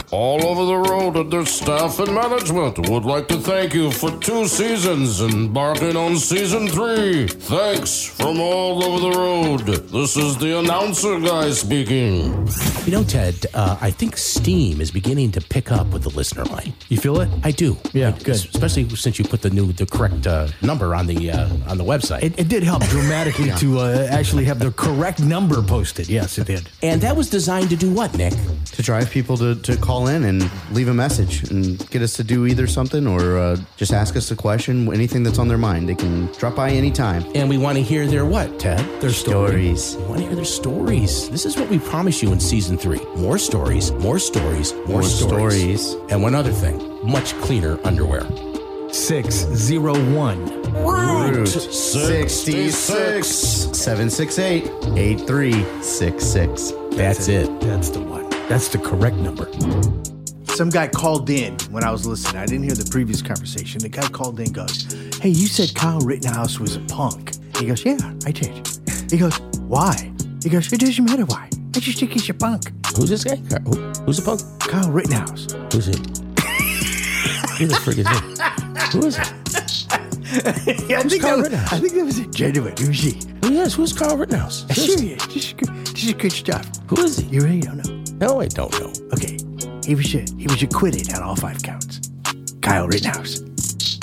Speaker 15: All over the road at their staff and management would like to thank you for two seasons and embarking on season three. Thanks from all over the road. This is the announcer guy speaking.
Speaker 6: You know, Ted, uh, I think Steam is beginning to pick up with the listener line. You feel it? I do. Yeah, good. Especially since you put the new, the correct uh, number on the uh, on the website.
Speaker 5: It, it did help dramatically
Speaker 6: Yeah.
Speaker 5: to uh, actually have the correct number posted. Yes, it did.
Speaker 6: And that was designed to do what, Nick?
Speaker 14: To drive people to, to call in and leave a message and get us to do either something or uh, just ask us a question, anything that's on their mind. They can drop by anytime.
Speaker 6: And we want to hear their what, Ted? Their
Speaker 14: stories.
Speaker 6: We want to hear their stories. This is what we promise you in season three: more stories, more stories, more,
Speaker 14: More
Speaker 6: stories. and one other thing: much cleaner underwear.
Speaker 5: 601.
Speaker 14: Route
Speaker 5: 66.
Speaker 14: 66 768 8366.
Speaker 6: That's it.
Speaker 5: That's the one. That's the correct number.
Speaker 10: Some guy called in when I was listening. I didn't hear the previous conversation. The guy called in goes, Hey, you said Kyle Rittenhouse was a punk. He goes, Yeah, I did. He goes, Why? He goes, It doesn't matter why. I just think he's a punk.
Speaker 6: Who's this guy? Who- Who's the punk?
Speaker 10: Kyle Rittenhouse.
Speaker 6: Who's it? Who the frick is it? Who is it?
Speaker 10: yeah, I,
Speaker 6: Who's
Speaker 10: think that
Speaker 6: Kyle
Speaker 10: was,
Speaker 6: Rittenhouse?
Speaker 10: I think that was it. Genuine. It was he.
Speaker 6: Yes, who's Kyle Rittenhouse?
Speaker 10: Serious. This is good, this is good stuff.
Speaker 6: Who is he?
Speaker 10: You really don't know.
Speaker 6: No, I don't know.
Speaker 10: Okay. He was uh, he was acquitted on all five counts. Kyle Rittenhouse.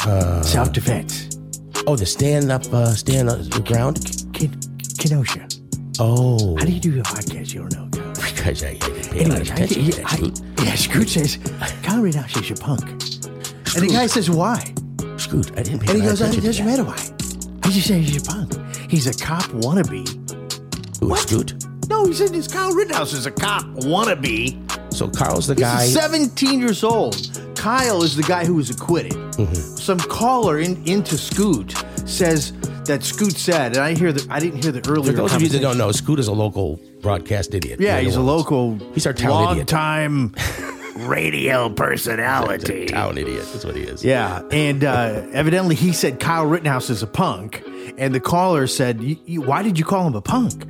Speaker 6: Uh,
Speaker 10: Self defense.
Speaker 6: Oh, the stand up, uh, stand up the ground.
Speaker 10: Ken- Kenosha.
Speaker 6: Oh,
Speaker 10: How do you do a podcast? You don't know.
Speaker 6: because I, I didn't pay a lot
Speaker 10: Anyway,
Speaker 6: of
Speaker 10: I,
Speaker 6: attention to
Speaker 10: yeah,
Speaker 6: that
Speaker 10: I,
Speaker 6: dude.
Speaker 10: yeah, Scoot says, Kyle Rittenhouse is a punk. And the guy says, why?
Speaker 6: Scoot, I didn't pay
Speaker 10: And he
Speaker 6: a lot
Speaker 10: goes,
Speaker 6: of
Speaker 10: "Oh, it
Speaker 6: attention
Speaker 10: doesn't matter why. I just say he's a punk. He's a cop wannabe.
Speaker 6: Who is Scoot?
Speaker 10: No, he said this Kyle Rittenhouse is a cop wannabe.
Speaker 6: So Kyle's the
Speaker 10: He's
Speaker 6: guy.
Speaker 10: 17 years old. Kyle is the guy who was acquitted.
Speaker 6: Mm-hmm.
Speaker 10: Some caller in, into Scoot says that Scoot said, and I hear the I didn't hear the
Speaker 6: For
Speaker 10: earlier.
Speaker 6: those of you that
Speaker 10: conversation.
Speaker 6: don't know, Scoot is a local broadcast idiot.
Speaker 10: Yeah, he's a
Speaker 6: local. He's our town
Speaker 10: long
Speaker 6: idiot.
Speaker 10: time radio
Speaker 6: He's a
Speaker 10: personality.
Speaker 6: town idiot. That's what he is.
Speaker 10: Yeah, and uh, evidently he said Kyle Rittenhouse is a punk, and the caller said, "You- you- "Why did you call him a punk?"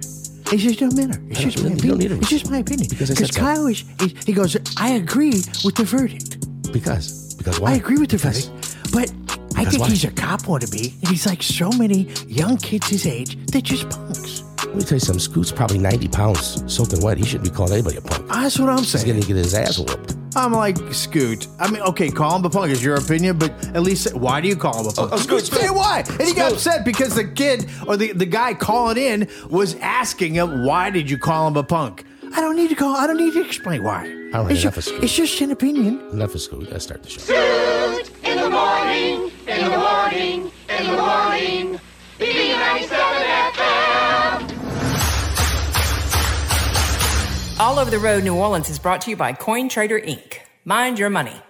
Speaker 10: He says, "Don't matter. It's just my
Speaker 6: you don't need
Speaker 10: opinion.
Speaker 6: a
Speaker 10: It's just my opinion."
Speaker 6: Because I
Speaker 10: Because
Speaker 6: said so.
Speaker 10: Kyle is, he, he goes, "I agree with the verdict.
Speaker 6: Because because why?
Speaker 10: I agree with the
Speaker 6: Because-
Speaker 10: verdict, but I
Speaker 6: Because
Speaker 10: think
Speaker 6: why?
Speaker 10: he's a cop wannabe, and he's like so many young kids his age. They're just punks.
Speaker 6: Let me tell you something. Scoot's probably ninety pounds soaking wet. He shouldn't be calling anybody a punk.
Speaker 10: That's what I'm
Speaker 6: He's
Speaker 10: saying."
Speaker 6: going to get his ass whooped.
Speaker 10: I'm like, Scoot. I mean, okay, call him a punk is your opinion, but at least why do you call him a punk?
Speaker 6: Oh, oh, Scoot,
Speaker 10: Say
Speaker 6: Scoot.
Speaker 10: why. And he got
Speaker 6: Scoot.
Speaker 10: upset because the kid or the, the guy calling in was asking him, why did you call him a punk? I don't need to call, I don't need to explain why.
Speaker 6: All right,
Speaker 10: it's,
Speaker 6: enough
Speaker 10: ju-
Speaker 6: of Scoot.
Speaker 10: it's just an opinion.
Speaker 6: Enough of Scoot. Let's start the show.
Speaker 9: In the morning, in the morning, in the morning, B97 FM.
Speaker 7: All Over the Road New Orleans is brought to you by Coin Trader Inc. Mind your money.